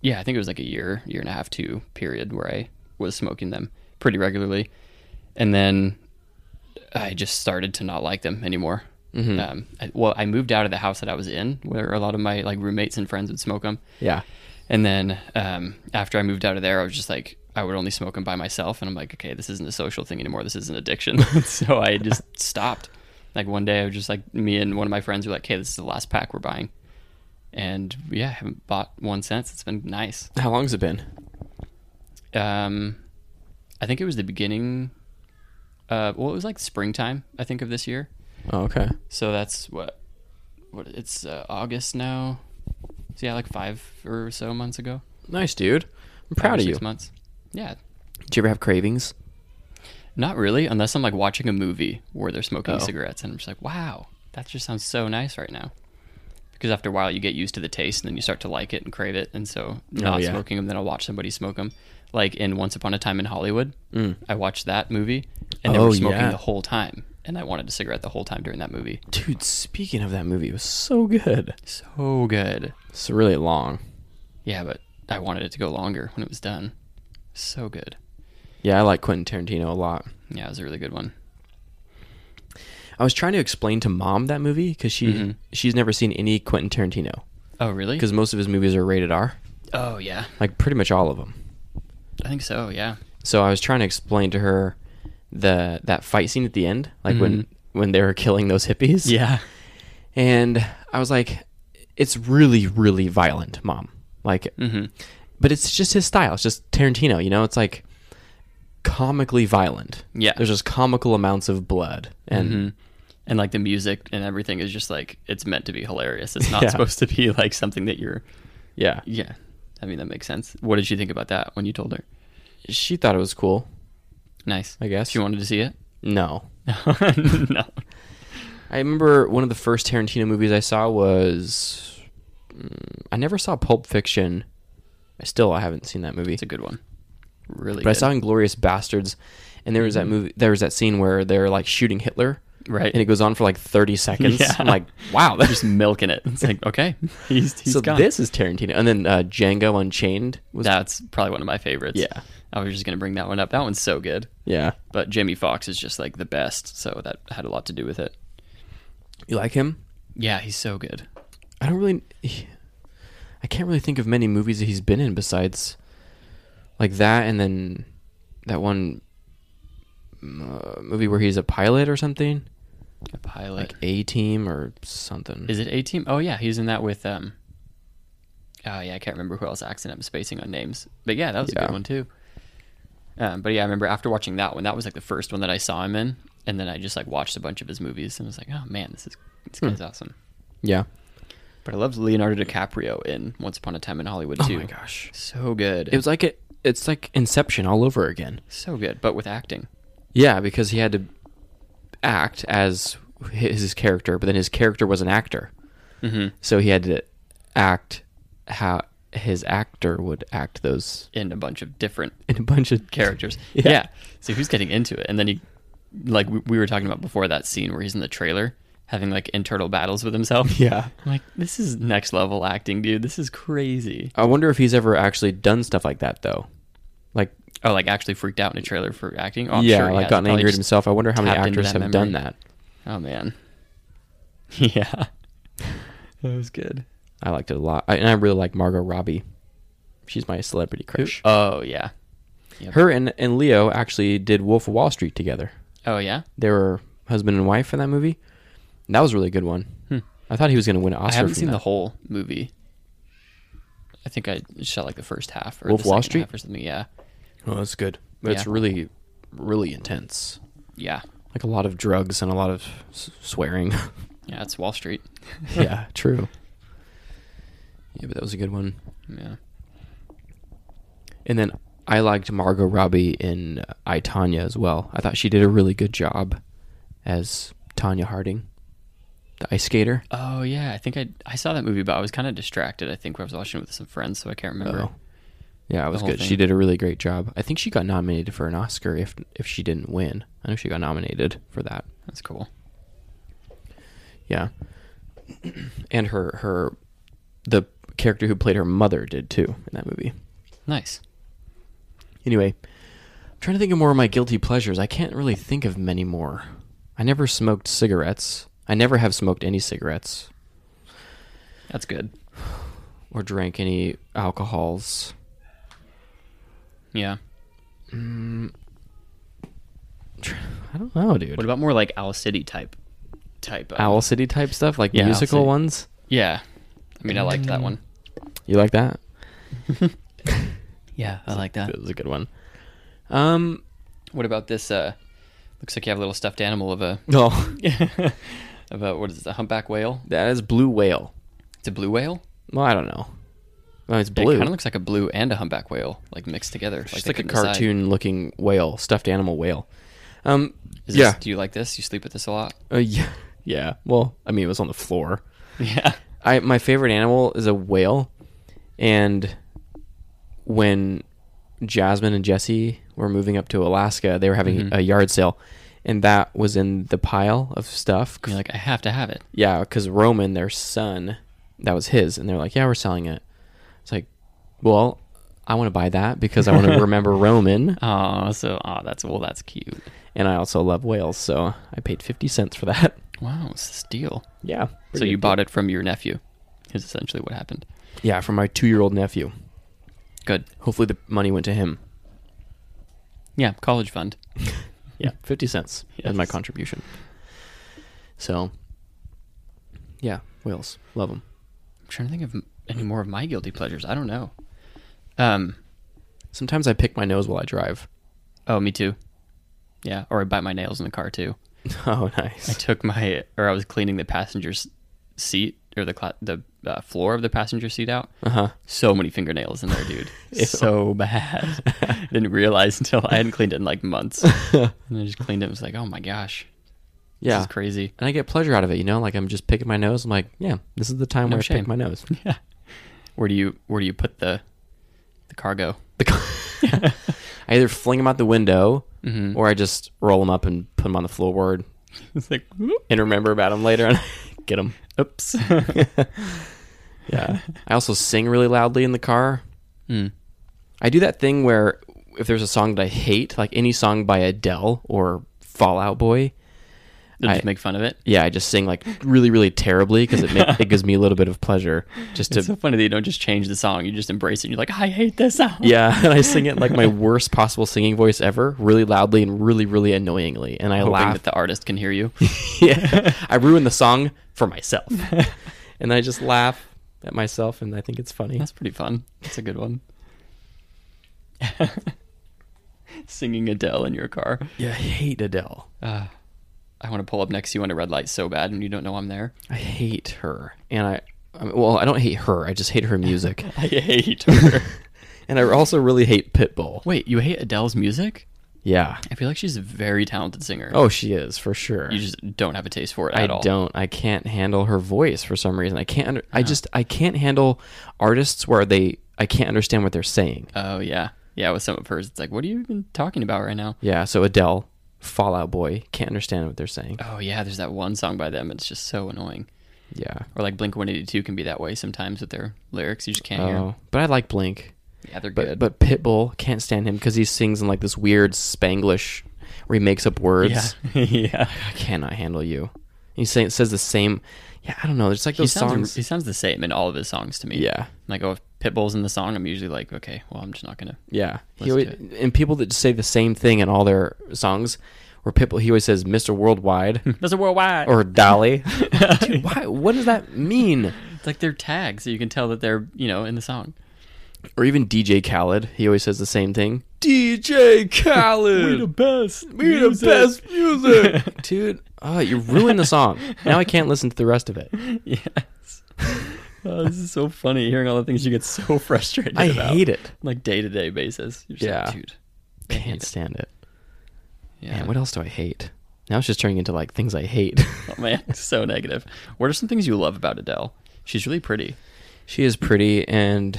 Speaker 2: yeah, I think it was like a year, year and a half, two period where I was smoking them pretty regularly, and then I just started to not like them anymore. Um, I, well, I moved out of the house that I was in, where a lot of my like roommates and friends would smoke them,
Speaker 1: Yeah.
Speaker 2: and then um, after I moved out of there, I was just like, I would only smoke them by myself, and I'm like, okay, this isn't a social thing anymore. This is an addiction. so I just stopped. Like one day, I was just like, me and one of my friends were like, hey, this is the last pack we're buying, and yeah, I haven't bought one since. It's been nice.
Speaker 1: How long's it been?
Speaker 2: Um, I think it was the beginning. Uh, well, it was like springtime, I think, of this year.
Speaker 1: Oh, okay.
Speaker 2: So that's what, what it's uh, August now. So yeah, like five or so months ago.
Speaker 1: Nice, dude. I'm
Speaker 2: Five or
Speaker 1: proud of you.
Speaker 2: Six months. Yeah,
Speaker 1: Do you ever have cravings?
Speaker 2: Not really, unless I'm like watching a movie where they're smoking
Speaker 1: Oh.
Speaker 2: cigarettes, and I'm just like, wow, that just sounds so nice right now. Because after a while, you get used to the taste, and then you start to like it and crave it, and so not
Speaker 1: Oh, yeah.
Speaker 2: smoking them, then I'll watch somebody smoke them. Like in Once Upon a Time in Hollywood, I watched that movie, and they
Speaker 1: Mm. Oh,
Speaker 2: were smoking
Speaker 1: yeah.
Speaker 2: the whole time, and I wanted a cigarette the whole time during that movie.
Speaker 1: Dude, speaking of that movie, it was so good.
Speaker 2: So good,
Speaker 1: It's really long.
Speaker 2: yeah, but I wanted it to go longer when it was done. So good,
Speaker 1: Yeah, I like Quentin Tarantino a lot.
Speaker 2: yeah, it was a really good one.
Speaker 1: I was trying to explain to mom that movie because she
Speaker 2: Mm-hmm.
Speaker 1: she's never seen any Quentin Tarantino
Speaker 2: Oh really?
Speaker 1: because most of his movies are rated R,
Speaker 2: Oh yeah,
Speaker 1: like pretty much all of them.
Speaker 2: I think so. Yeah.
Speaker 1: So I was trying to explain to her the that fight scene at the end, like when when they were killing those hippies.
Speaker 2: Mm-hmm. Yeah.
Speaker 1: And I was like, it's really, really violent, mom. Like,
Speaker 2: Mm. Mm-hmm.
Speaker 1: but it's just his style. It's just Tarantino, you know? It's like comically violent.
Speaker 2: Yeah.
Speaker 1: There's just comical amounts of blood. And
Speaker 2: Mm-hmm. And like the music and everything is just like it's meant to be hilarious. It's not
Speaker 1: Yeah.
Speaker 2: supposed to be like something that you're
Speaker 1: yeah,
Speaker 2: Yeah. I mean that makes sense. What did you think about that when you told her?
Speaker 1: she thought it was cool,
Speaker 2: Nice.
Speaker 1: I guess.
Speaker 2: She wanted to see it?
Speaker 1: no.
Speaker 2: no.
Speaker 1: I remember one of the first Tarantino movies I saw was. mm, I never saw Pulp Fiction. I still I haven't seen that movie.
Speaker 2: It's a good one. Really
Speaker 1: But I
Speaker 2: good.
Speaker 1: saw Inglorious Bastards, and there was that movie. There was that scene where they're like shooting Hitler,
Speaker 2: Mm-hmm. Right.
Speaker 1: And it goes on for like thirty seconds.
Speaker 2: Yeah.
Speaker 1: I'm like, wow, that's
Speaker 2: just milking it. It's like, okay, he's, he's
Speaker 1: so.
Speaker 2: gone.
Speaker 1: This is Tarantino, and then uh, Django Unchained was
Speaker 2: That's probably one of my favorites.
Speaker 1: Yeah.
Speaker 2: I was just going to bring that one up. That one's so good.
Speaker 1: yeah.
Speaker 2: But Jamie Foxx is just like the best. So that had a lot to do with it.
Speaker 1: You like him?
Speaker 2: Yeah, he's so good.
Speaker 1: I don't really. he- I can't really think of many movies that he's been in besides like that, and then that one uh, movie where he's a pilot or something,
Speaker 2: A pilot.
Speaker 1: like A Team or something.
Speaker 2: is it A Team? Oh, yeah. He's in that with. um. Oh, yeah. I can't remember who else. Accent. I'm spacing on names. But yeah, that was a
Speaker 1: Yeah.
Speaker 2: good one, too. Um, but yeah, I remember after watching that one, that was like the first one that I saw him in. And then I just like watched a bunch of his movies and was like, oh, man, this is this
Speaker 1: Hmm.
Speaker 2: guy's awesome.
Speaker 1: yeah.
Speaker 2: But I loved Leonardo DiCaprio in Once Upon a Time in Hollywood, too.
Speaker 1: Oh my gosh.
Speaker 2: So good.
Speaker 1: It was like it. It's like Inception all over again.
Speaker 2: so good, but with acting.
Speaker 1: Yeah, because he had to act as his, his character, but then his character was an actor,
Speaker 2: Mm-hmm.
Speaker 1: so he had to act how his actor would act those
Speaker 2: In a bunch of different
Speaker 1: in a bunch of
Speaker 2: characters.
Speaker 1: Yeah.
Speaker 2: yeah. So who's getting into it? And then he, like we, we were talking about before, that scene where he's in the trailer having like internal battles with himself.
Speaker 1: Yeah.
Speaker 2: I'm like, this is next level acting, dude. This is crazy.
Speaker 1: I wonder if he's ever actually done stuff like that though. Like
Speaker 2: Oh, like actually freaked out in a trailer for acting. Oh, I'm
Speaker 1: yeah,
Speaker 2: sure he
Speaker 1: like
Speaker 2: has.
Speaker 1: gotten
Speaker 2: Probably
Speaker 1: angry at
Speaker 2: just-
Speaker 1: himself. I wonder how many
Speaker 2: tapped into
Speaker 1: actors
Speaker 2: that
Speaker 1: have done
Speaker 2: memory.
Speaker 1: that.
Speaker 2: Oh man. Yeah. That was good.
Speaker 1: I liked it a lot, I, and I really like Margot Robbie. She's my celebrity crush.
Speaker 2: Oh yeah.
Speaker 1: Her and, and Leo actually did Wolf of Wall Street together.
Speaker 2: Oh yeah.
Speaker 1: They were husband and wife in that movie. And that was a really good one. I thought he was going to win an Oscar.
Speaker 2: Hmm. I haven't
Speaker 1: from
Speaker 2: seen
Speaker 1: that.
Speaker 2: the whole movie. I think I shot like the first half or
Speaker 1: Wolf
Speaker 2: the
Speaker 1: Wall
Speaker 2: second
Speaker 1: Street?
Speaker 2: half or something. Yeah,
Speaker 1: Oh, that's good. But it's
Speaker 2: Yeah.
Speaker 1: really, really intense.
Speaker 2: yeah,
Speaker 1: Like a lot of drugs and a lot of s- swearing.
Speaker 2: yeah. It's Wall Street.
Speaker 1: yeah, true. Yeah, but that was a good one.
Speaker 2: Yeah.
Speaker 1: And then I liked Margot Robbie in uh, I Tanya as well. I thought she did a really good job as Tanya Harding, the ice skater.
Speaker 2: Oh yeah, I think I I saw that movie, but I was kind of distracted. I think when I was watching it with some friends, so I can't remember.
Speaker 1: Oh. Yeah, it was
Speaker 2: whole
Speaker 1: good. She
Speaker 2: thing.
Speaker 1: did a really great job. I think she got nominated for an Oscar if if she didn't win. I know she got nominated for that.
Speaker 2: That's cool.
Speaker 1: Yeah. And her her the character who played her mother did too in that movie.
Speaker 2: Nice.
Speaker 1: Anyway, I'm trying to think of more of my guilty pleasures. I can't really think of many more. I never smoked cigarettes. I never have smoked any cigarettes
Speaker 2: That's good.
Speaker 1: or drank any alcohols.
Speaker 2: Yeah.
Speaker 1: I don't know, dude.
Speaker 2: What about more like Owl City type? Type. Of,
Speaker 1: Owl City type stuff like
Speaker 2: Yeah, Owl
Speaker 1: musical
Speaker 2: City.
Speaker 1: ones?
Speaker 2: Yeah. I mean, I liked that one.
Speaker 1: You like that?
Speaker 2: Yeah, I like
Speaker 1: That was a good one. Um
Speaker 2: What about this? uh Looks like you have a little stuffed animal of a
Speaker 1: oh,
Speaker 2: of a what is it? A humpback whale?
Speaker 1: that is blue whale.
Speaker 2: It's a blue whale.
Speaker 1: Well, I don't know. Well, it's
Speaker 2: It
Speaker 1: blue.
Speaker 2: kind of looks like a blue and a humpback whale, like mixed together.
Speaker 1: It's
Speaker 2: they
Speaker 1: like, a
Speaker 2: couldn't decide.
Speaker 1: cartoon looking whale, stuffed animal whale. Um,
Speaker 2: Is this,
Speaker 1: yeah,
Speaker 2: Do you like this? You sleep with this a lot?
Speaker 1: Uh, yeah, yeah. Well, I mean, it was on the floor.
Speaker 2: Yeah.
Speaker 1: I my favorite animal is a whale, and when Jasmine and Jesse were moving up to Alaska, they were having
Speaker 2: Mm-hmm.
Speaker 1: a yard sale, and that was in the pile of stuff.
Speaker 2: You're like, I have to have it.
Speaker 1: Yeah, because Roman, their son, that was his, and they're like, "Yeah, we're selling it." It's like, well, I want to buy that because I want to remember Roman,
Speaker 2: Oh, so oh, that's well, that's cute.
Speaker 1: and I also love whales, so I paid fifty cents for that.
Speaker 2: Wow, it's a steal.
Speaker 1: Yeah.
Speaker 2: so you bought it from your nephew. Is essentially what happened.
Speaker 1: Yeah, from my two-year-old nephew.
Speaker 2: Good.
Speaker 1: Hopefully, the money went to him.
Speaker 2: Yeah, college fund.
Speaker 1: Yeah, fifty cents as my
Speaker 2: Yes.
Speaker 1: contribution. So, yeah, whales love them.
Speaker 2: I'm trying to think of m- any more of my guilty pleasures. I don't know. Um.
Speaker 1: Sometimes I pick my nose while I drive.
Speaker 2: Oh, me too. Yeah, or I bite my nails in the car too.
Speaker 1: Oh,
Speaker 2: I
Speaker 1: nice.
Speaker 2: took my, or I was cleaning the passenger's seat or the cla- the uh, floor of the passenger seat out.
Speaker 1: Uh huh.
Speaker 2: So many fingernails in there, dude. so bad. Didn't realize until I hadn't cleaned it in like months, and I just cleaned it. and Was like, oh my gosh, this
Speaker 1: Yeah.
Speaker 2: is crazy.
Speaker 1: and I get pleasure out of it, you know. Like I'm just picking my nose. I'm like, yeah, this is the time where I
Speaker 2: shame.
Speaker 1: pick my nose.
Speaker 2: Yeah. Where do you where do you put the the cargo?
Speaker 1: The co- I either fling them out the window, or I just roll them up and put them on the floorboard
Speaker 2: It's like, whoop.
Speaker 1: and remember about them later and get them.
Speaker 2: oops.
Speaker 1: Yeah. I also sing really loudly in the car.
Speaker 2: Mm.
Speaker 1: I do that thing where if there's a song that I hate, like any song by Adele or Fallout Boy,
Speaker 2: They'll
Speaker 1: I-
Speaker 2: just make fun of it.
Speaker 1: yeah, I just sing like really, really terribly because it ma- it gives me a little bit of pleasure just to
Speaker 2: It's so funny that you don't just change the song; you just embrace it. And you're like, I hate this song.
Speaker 1: Yeah, and I sing it in, like my worst possible singing voice ever, really loudly and really, really annoyingly, and I
Speaker 2: hoping
Speaker 1: laugh.
Speaker 2: that the artist can hear you.
Speaker 1: yeah, I ruin the song for myself, and I just laugh at myself, and I think it's funny.
Speaker 2: That's pretty fun. That's a good one. Singing Adele in your car.
Speaker 1: Yeah, I hate Adele.
Speaker 2: Uh, I want to pull up next to you on a red light so bad, and you don't know I'm there.
Speaker 1: I hate her, and I, I mean, well, I don't hate her. I just hate her music,
Speaker 2: I hate her.
Speaker 1: and I also really hate Pitbull.
Speaker 2: Wait, you hate Adele's music?
Speaker 1: Yeah.
Speaker 2: I feel like she's a very talented singer.
Speaker 1: Oh, she is for sure.
Speaker 2: you just don't have a taste for it
Speaker 1: I
Speaker 2: at all.
Speaker 1: don't. I can't handle her voice for some reason. I can't. Under, I just. I can't handle artists where they. I can't understand what they're saying.
Speaker 2: Oh yeah, yeah. With some of hers, it's like, what are you even talking about right now?
Speaker 1: Yeah, so Adele, Fallout Boy, can't understand what they're saying.
Speaker 2: Oh yeah, there's that one song by them. It's just so annoying.
Speaker 1: Yeah.
Speaker 2: Or like Blink 182 can be that way sometimes with their lyrics. You just can't hear. 'em.
Speaker 1: Oh, but I like Blink.
Speaker 2: Yeah, they're
Speaker 1: But
Speaker 2: good.
Speaker 1: but Pitbull can't stand him because he sings in like this weird Spanglish, where he makes up words.
Speaker 2: yeah, yeah.
Speaker 1: I cannot handle you. He say, says the same. Yeah, I don't know. There's like
Speaker 2: He
Speaker 1: those
Speaker 2: sounds,
Speaker 1: songs.
Speaker 2: he sounds the same in all of his songs to me.
Speaker 1: yeah,
Speaker 2: Like, oh, if Pitbull's in the song, I'm usually like, okay, well, I'm just not gonna.
Speaker 1: yeah. He always,
Speaker 2: Listen
Speaker 1: and people that say the same thing in all their songs, where Pitbull he always says Mr. Worldwide
Speaker 2: That's a worldwide. Or
Speaker 1: or Dolly. Dude, Hmm. why? What does that mean?
Speaker 2: it's like their tags, so you can tell that they're you know in the song.
Speaker 1: Or even DJ Khaled, he always says the same thing. DJ Khaled.
Speaker 2: best.
Speaker 1: We the best music, dude. Oh, you ruined the song. Now I can't listen to the rest of it.
Speaker 2: Yes. Oh, this is so funny hearing all the things you get so frustrated
Speaker 1: I
Speaker 2: about.
Speaker 1: hate it.
Speaker 2: Like day to day basis. You're just
Speaker 1: Yeah.
Speaker 2: like, dude. I hate
Speaker 1: Can't
Speaker 2: it.
Speaker 1: stand it.
Speaker 2: Yeah.
Speaker 1: Man, what else do I hate? Now it's just turning into like things I hate.
Speaker 2: Oh, man, so negative. What are some things you love about Adele? She's really pretty.
Speaker 1: she is pretty, and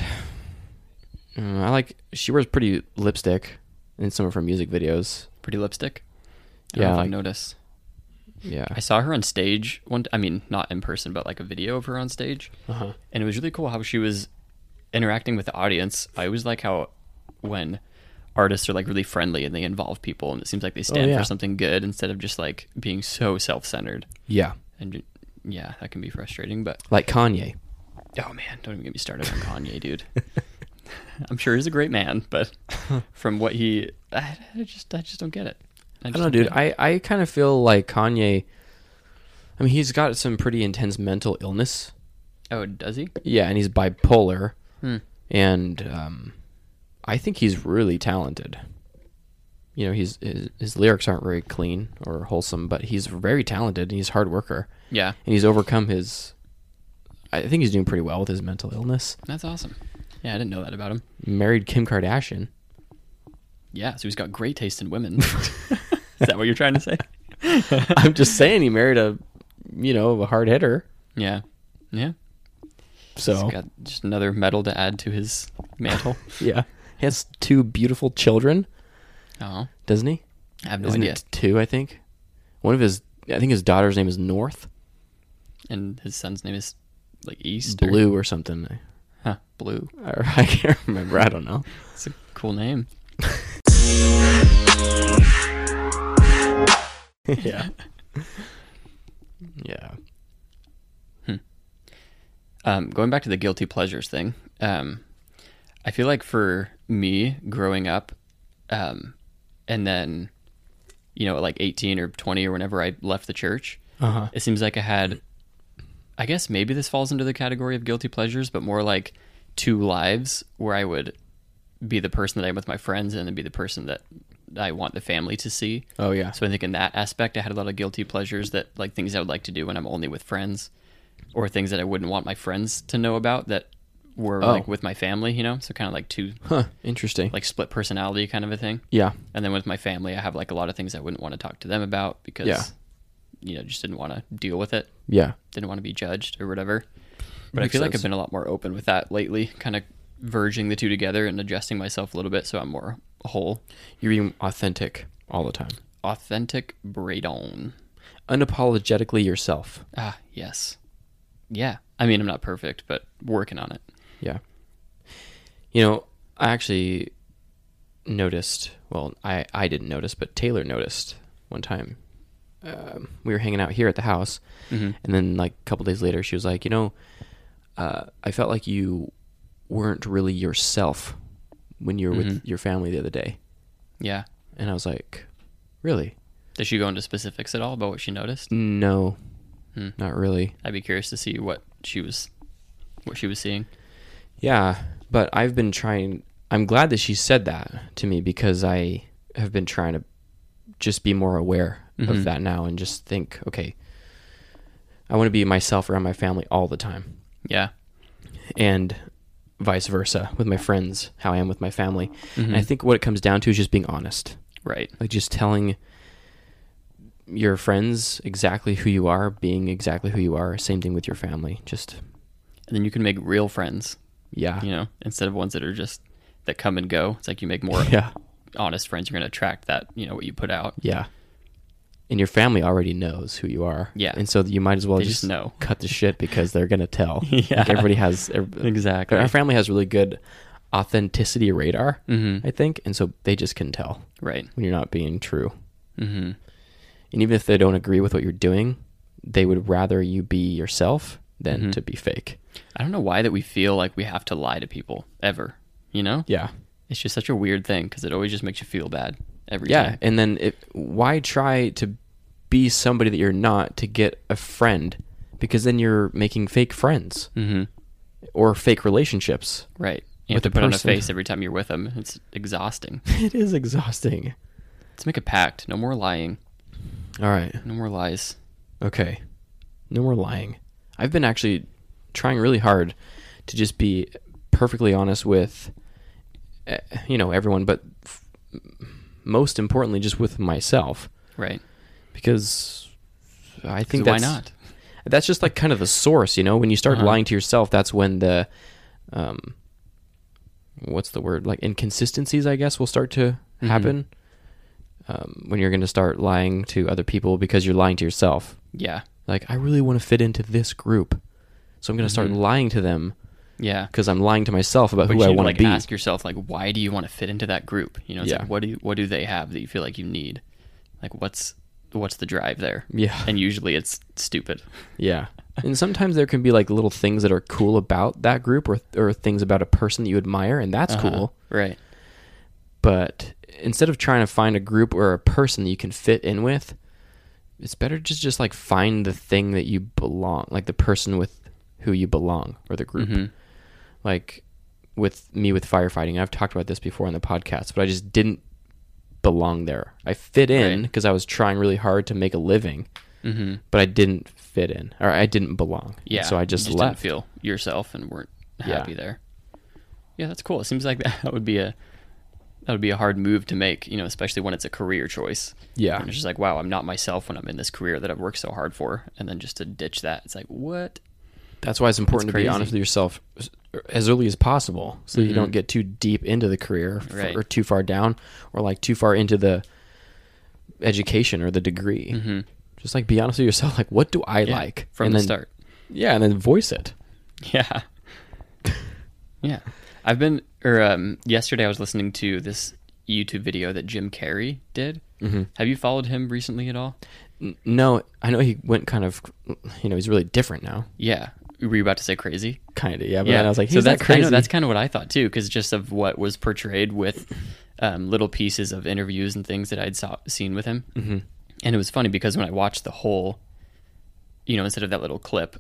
Speaker 1: uh, I like. She wears pretty lipstick in some of her music videos.
Speaker 2: Pretty lipstick. I don't
Speaker 1: Yeah,
Speaker 2: know if
Speaker 1: like-
Speaker 2: I notice.
Speaker 1: Yeah,
Speaker 2: I saw her on stage one. I mean, not in person, but like a video of her on stage,
Speaker 1: Uh-huh.
Speaker 2: and it was really cool how she was interacting with the audience. I always like how when artists are like really friendly and they involve people, and it seems like they stand
Speaker 1: Oh, yeah.
Speaker 2: for something good instead of just like being so self-centered.
Speaker 1: yeah.
Speaker 2: And ju- yeah, that can be frustrating. But
Speaker 1: Like Kanye.
Speaker 2: oh man, don't even get me started on Kanye, dude. I'm sure he's a great man, but from what he, I, I just, I just don't get it. I,
Speaker 1: I
Speaker 2: just
Speaker 1: don't know, dude.
Speaker 2: get it.
Speaker 1: I, I kind of feel like Kanye. I mean, he's got some pretty intense mental illness.
Speaker 2: oh, does he?
Speaker 1: Yeah, and he's bipolar. And um, I think he's really talented. You know, he's his, his lyrics aren't very clean or wholesome, but he's very talented and he's a hard worker.
Speaker 2: Yeah,
Speaker 1: And he's overcome his. I think he's doing pretty well with his mental illness.
Speaker 2: that's awesome. Yeah, I didn't know that about him.
Speaker 1: Married Kim Kardashian.
Speaker 2: Yeah, so he's got great taste in women. Is that what you're trying to say?
Speaker 1: I'm just saying, he married a, you know, a hard hitter.
Speaker 2: Yeah. Yeah.
Speaker 1: So
Speaker 2: He's got just another medal to add to his mantle.
Speaker 1: yeah, he has two beautiful children,
Speaker 2: oh.
Speaker 1: doesn't he?
Speaker 2: I have no
Speaker 1: Isn't
Speaker 2: idea.
Speaker 1: it two? I think. One of his, I think his daughter's name is North
Speaker 2: And his son's name is like East or-
Speaker 1: Blue or something.
Speaker 2: huh, Blue.
Speaker 1: or I can't remember. I don't know.
Speaker 2: It's a cool name.
Speaker 1: yeah. Yeah.
Speaker 2: Um, going back to the guilty pleasures thing, um, I feel like for me growing up, um, and then, you know, at like 18 or 20 or whenever I left the church,
Speaker 1: Uh-huh.
Speaker 2: It seems like I had, I guess maybe this falls into the category of guilty pleasures, but more like two lives where I would be the person that I'm with my friends and then be the person that I want the family to see.
Speaker 1: Oh yeah.
Speaker 2: So I think in that aspect, I had a lot of guilty pleasures that like things I would like to do when I'm only with friends, or things that I wouldn't want my friends to know about that were
Speaker 1: Oh.
Speaker 2: like with my family, you know. So kind of like two
Speaker 1: Huh. Interesting.
Speaker 2: like split personality kind of a thing.
Speaker 1: yeah.
Speaker 2: And then with my family, I have like a lot of things I wouldn't want to talk to them about because
Speaker 1: Yeah.
Speaker 2: you know just didn't want to deal with it,
Speaker 1: Yeah.
Speaker 2: didn't want to be judged or whatever. But
Speaker 1: Makes
Speaker 2: I feel like
Speaker 1: sense.
Speaker 2: I've been a lot more open with that lately, kind of verging the two together and adjusting myself a little bit so I'm more whole,
Speaker 1: You're being authentic all the time.
Speaker 2: authentic Bradon.
Speaker 1: Unapologetically yourself.
Speaker 2: Ah, yes. Yeah. I mean, I'm not perfect, but working on it.
Speaker 1: Yeah. You know, I actually noticed, well, I, I didn't notice, but Taylor noticed one time. Um, we were hanging out here at the house, and then, like, a couple days later, she was like, You know, uh, I felt like you weren't really yourself when you were with your family the other day.
Speaker 2: Yeah.
Speaker 1: And I was like, Really?
Speaker 2: Did she go into specifics at all about what she noticed?
Speaker 1: No,
Speaker 2: Hmm.
Speaker 1: not really.
Speaker 2: I'd be curious to see what she was, what she was seeing.
Speaker 1: Yeah, but I've been trying. I'm glad that she said that to me because I have been trying to just be more aware of that now and just think, okay, I want to be myself around my family all the time
Speaker 2: Yeah.
Speaker 1: and vice versa with my friends, how I am with my family. And I think what it comes down to is just being honest,
Speaker 2: Right.
Speaker 1: like just telling your friends exactly who you are, being exactly who you are. Same thing with your family. Just,
Speaker 2: And then you can make real friends,
Speaker 1: yeah.
Speaker 2: you know, instead of ones that are just, that come and go. It's like you make more
Speaker 1: Yeah.
Speaker 2: honest friends. You're going to attract that, you know, what you put out.
Speaker 1: Yeah. And your family already knows who you are.
Speaker 2: Yeah.
Speaker 1: And so you might as well
Speaker 2: They
Speaker 1: just,
Speaker 2: just know.
Speaker 1: cut the shit because they're going to tell.
Speaker 2: Yeah.
Speaker 1: Like, everybody has. ev-
Speaker 2: Exactly.
Speaker 1: Our family has really good authenticity radar,
Speaker 2: Mhm.
Speaker 1: I think. And so they just can tell
Speaker 2: Right.
Speaker 1: when you're not being true.
Speaker 2: hmm
Speaker 1: And even if they don't agree with what you're doing, they would rather you be yourself than
Speaker 2: Mm-hmm.
Speaker 1: to be fake.
Speaker 2: I don't know why that we feel like we have to lie to people ever, you know?
Speaker 1: Yeah.
Speaker 2: It's just such a weird thing because it always just makes you feel bad every
Speaker 1: Yeah.
Speaker 2: time.
Speaker 1: And then it, why try to be somebody that you're not to get a friend? Because then you're making fake friends
Speaker 2: Mm-hmm.
Speaker 1: or fake relationships.
Speaker 2: Right. You
Speaker 1: with
Speaker 2: have to
Speaker 1: the
Speaker 2: put on a
Speaker 1: person.
Speaker 2: face every time you're with them. It's exhausting.
Speaker 1: It is exhausting.
Speaker 2: Let's make a pact. No more lying.
Speaker 1: All right.
Speaker 2: No more lies.
Speaker 1: Okay. No more lying. I've been actually trying really hard to just be perfectly honest with, eh, you know, everyone, but f- most importantly, just with myself
Speaker 2: Right.
Speaker 1: because I think
Speaker 2: So why
Speaker 1: that's
Speaker 2: not?
Speaker 1: that's just like kind of the source, you know. When you start
Speaker 2: Uh-huh.
Speaker 1: lying to yourself, that's when the, um, what's the word? Like inconsistencies, I guess, will start to
Speaker 2: Mm-hmm.
Speaker 1: happen. Um, when you're going to start lying to other people because you're lying to yourself.
Speaker 2: Yeah.
Speaker 1: Like, I really want to fit into this group, so I'm going to start lying to them
Speaker 2: Yeah.
Speaker 1: because I'm lying to myself about
Speaker 2: Mm-hmm. But
Speaker 1: who
Speaker 2: you
Speaker 1: I
Speaker 2: should,
Speaker 1: want
Speaker 2: like
Speaker 1: to be.
Speaker 2: ask yourself like why do you want to fit into that group? You know, it's
Speaker 1: Yeah.
Speaker 2: like what do you, what do they have that you feel like you need? Like what's what's the drive there?
Speaker 1: Yeah.
Speaker 2: And usually it's stupid.
Speaker 1: Yeah. And sometimes there can be like little things that are cool about that group or, or things about a person that you admire, and that's
Speaker 2: Uh-huh.
Speaker 1: cool.
Speaker 2: Right.
Speaker 1: but instead of trying to find a group or a person that you can fit in with it's better to just just like find the thing that you belong like the person with who you belong or the group
Speaker 2: Mm-hmm.
Speaker 1: like with me with firefighting i've talked about this before on the podcast but i just didn't belong there i fit in
Speaker 2: Right.
Speaker 1: because i was trying really hard to make a living
Speaker 2: Mm-hmm.
Speaker 1: but i didn't fit in or i didn't belong And
Speaker 2: Yeah.
Speaker 1: so i
Speaker 2: you
Speaker 1: just,
Speaker 2: didn't
Speaker 1: left
Speaker 2: feel yourself and weren't
Speaker 1: Yeah.
Speaker 2: happy there. Yeah, that's cool. It seems like that would be a that would be a hard move to make, you know, especially when it's a career choice.
Speaker 1: yeah
Speaker 2: And it's just like, wow, I'm not myself when I'm in this career that I've worked so hard for, and then just to ditch that, it's like, what?
Speaker 1: That's why it's important
Speaker 2: That's
Speaker 1: to be
Speaker 2: crazy. Mm-hmm.
Speaker 1: honest with yourself s- er, as early as possible, so you don't get too deep into the career f-
Speaker 2: Right.
Speaker 1: or too far down, or like too far into the education or the degree. Just like be honest with yourself. Like, what do I
Speaker 2: Mm-hmm. Yeah,
Speaker 1: like
Speaker 2: from
Speaker 1: And
Speaker 2: the
Speaker 1: then-
Speaker 2: start.
Speaker 1: Yeah, and then voice it.
Speaker 2: Yeah. yeah. I've been, or um, yesterday I was listening to this YouTube video that Jim Carrey did. Mm-hmm. Have you followed him recently at all?
Speaker 1: N- No, I know he went kind of, you know, he's really different now,
Speaker 2: Yeah. Were you about to say crazy?
Speaker 1: kind of. Yeah, but then I was like, he's
Speaker 2: so that's
Speaker 1: not crazy.
Speaker 2: I know that's kind of what I thought too, because just of what was portrayed with um, little pieces of interviews and things that I'd saw, seen with him, mm-hmm. and it was funny because when I watched the whole you know, instead of that little clip.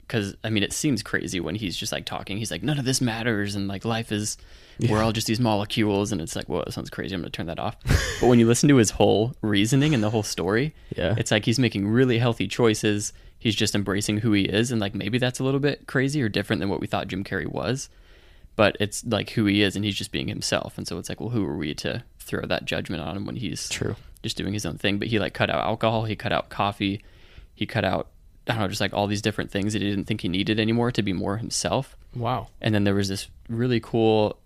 Speaker 2: Because, I mean, it seems crazy when he's just like talking. He's like, none of this matters. And like, life is, we're all just these molecules. And it's like, whoa, that sounds crazy. I'm going to turn that off. but when you listen to his whole reasoning and the whole story,
Speaker 1: Yeah.
Speaker 2: it's like he's making really healthy choices. He's just embracing who he is. And like, maybe that's a little bit crazy or different than what we thought Jim Carrey was. But it's like who he is. And he's just being himself. And so it's like, well, who are we to throw that judgment on him when he's
Speaker 1: True.
Speaker 2: just doing his own thing. But he like cut out alcohol, he cut out coffee, he cut out I don't know, just like all these different things that he didn't think he needed anymore to be more himself.
Speaker 1: Wow.
Speaker 2: And then there was this really cool,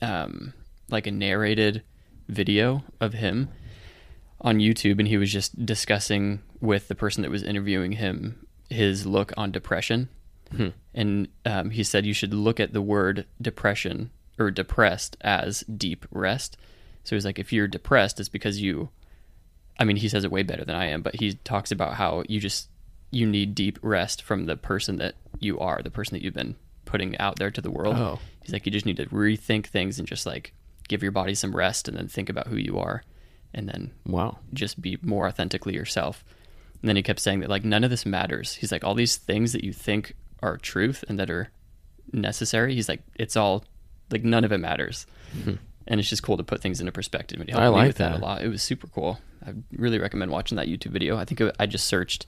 Speaker 2: um, like a narrated video of him on YouTube, and he was just discussing with the person that was interviewing him his look on depression. And um, he said you should look at the word depression or depressed as deep rest. So he's like, if you're depressed, it's because you. I mean, he says it way better than I am, but he talks about how you just you need deep rest from the person that you are, the person that you've been putting out there to the world.
Speaker 1: Oh.
Speaker 2: He's like, you just need to rethink things and just like give your body some rest, and then think about who you are, and then
Speaker 1: Wow.
Speaker 2: just be more authentically yourself. And then he kept saying that like none of this matters. He's like all these things that you think are truth and that are necessary. He's like it's all like none of it matters. And it's just cool to put things into perspective. It helped
Speaker 1: Mm-hmm. I
Speaker 2: me
Speaker 1: like
Speaker 2: with that.
Speaker 1: that.
Speaker 2: a lot. It was super cool. I really recommend watching that YouTube video. I think it, I just searched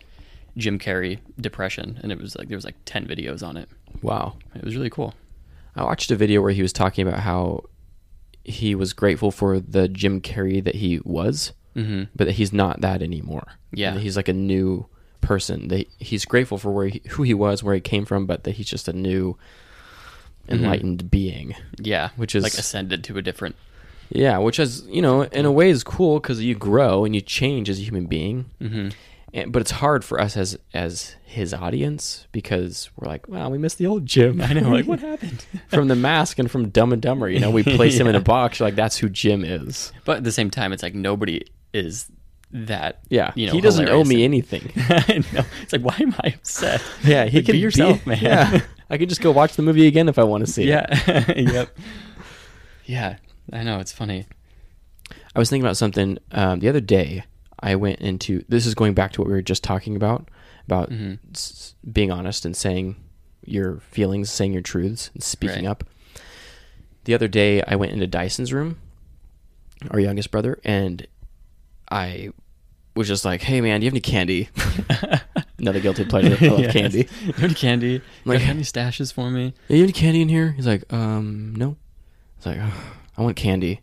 Speaker 2: Jim Carrey depression and it was like there was like 10 videos on it.
Speaker 1: Wow.
Speaker 2: It was really cool.
Speaker 1: I watched a video where he was talking about how he was grateful for the Jim Carrey that he was,
Speaker 2: Mhm.
Speaker 1: but that he's not that anymore.
Speaker 2: Yeah.
Speaker 1: And that he's like a new person. That he's grateful for where he, who he was, where he came from, but that he's just a new enlightened being.
Speaker 2: Yeah,
Speaker 1: Which is-
Speaker 2: like ascended to a different
Speaker 1: Yeah, which is you know in a way is cool because you grow and you change as a human being. Mm-hmm. And, but it's hard for us as as his audience because we're like, wow, we miss the old Jim. I know, like what happened from the mask and from Dumb and Dumber. You know, we place him in a box. You're like that's who Jim is.
Speaker 2: But at the same time, it's like nobody is that.
Speaker 1: Yeah,
Speaker 2: you know,
Speaker 1: he doesn't owe
Speaker 2: hilarious.
Speaker 1: me anything.
Speaker 2: I know. It's like, why am I upset?
Speaker 1: Yeah, he
Speaker 2: Like,
Speaker 1: can
Speaker 2: be yourself, man.
Speaker 1: Yeah, I can just go watch the movie again if I want to see it.
Speaker 2: Yeah. yep. Yeah. I know. It's funny.
Speaker 1: I was thinking about something um, the other day. I went into this is going back to what we were just talking about about
Speaker 2: Mm-hmm.
Speaker 1: s- being honest and saying your feelings, saying your truths, and speaking
Speaker 2: Right.
Speaker 1: up. The other day, I went into Dyson's room, our youngest brother, and I was just like, "Hey, man, do you have any candy?" Another guilty pleasure. I love
Speaker 2: Yes.
Speaker 1: candy.
Speaker 2: You have candy.
Speaker 1: Like-
Speaker 2: Like, you have any stashes for me?
Speaker 1: "Hey, you have any candy in here? He's like, um, no. It's like, "Ugh, I want candy.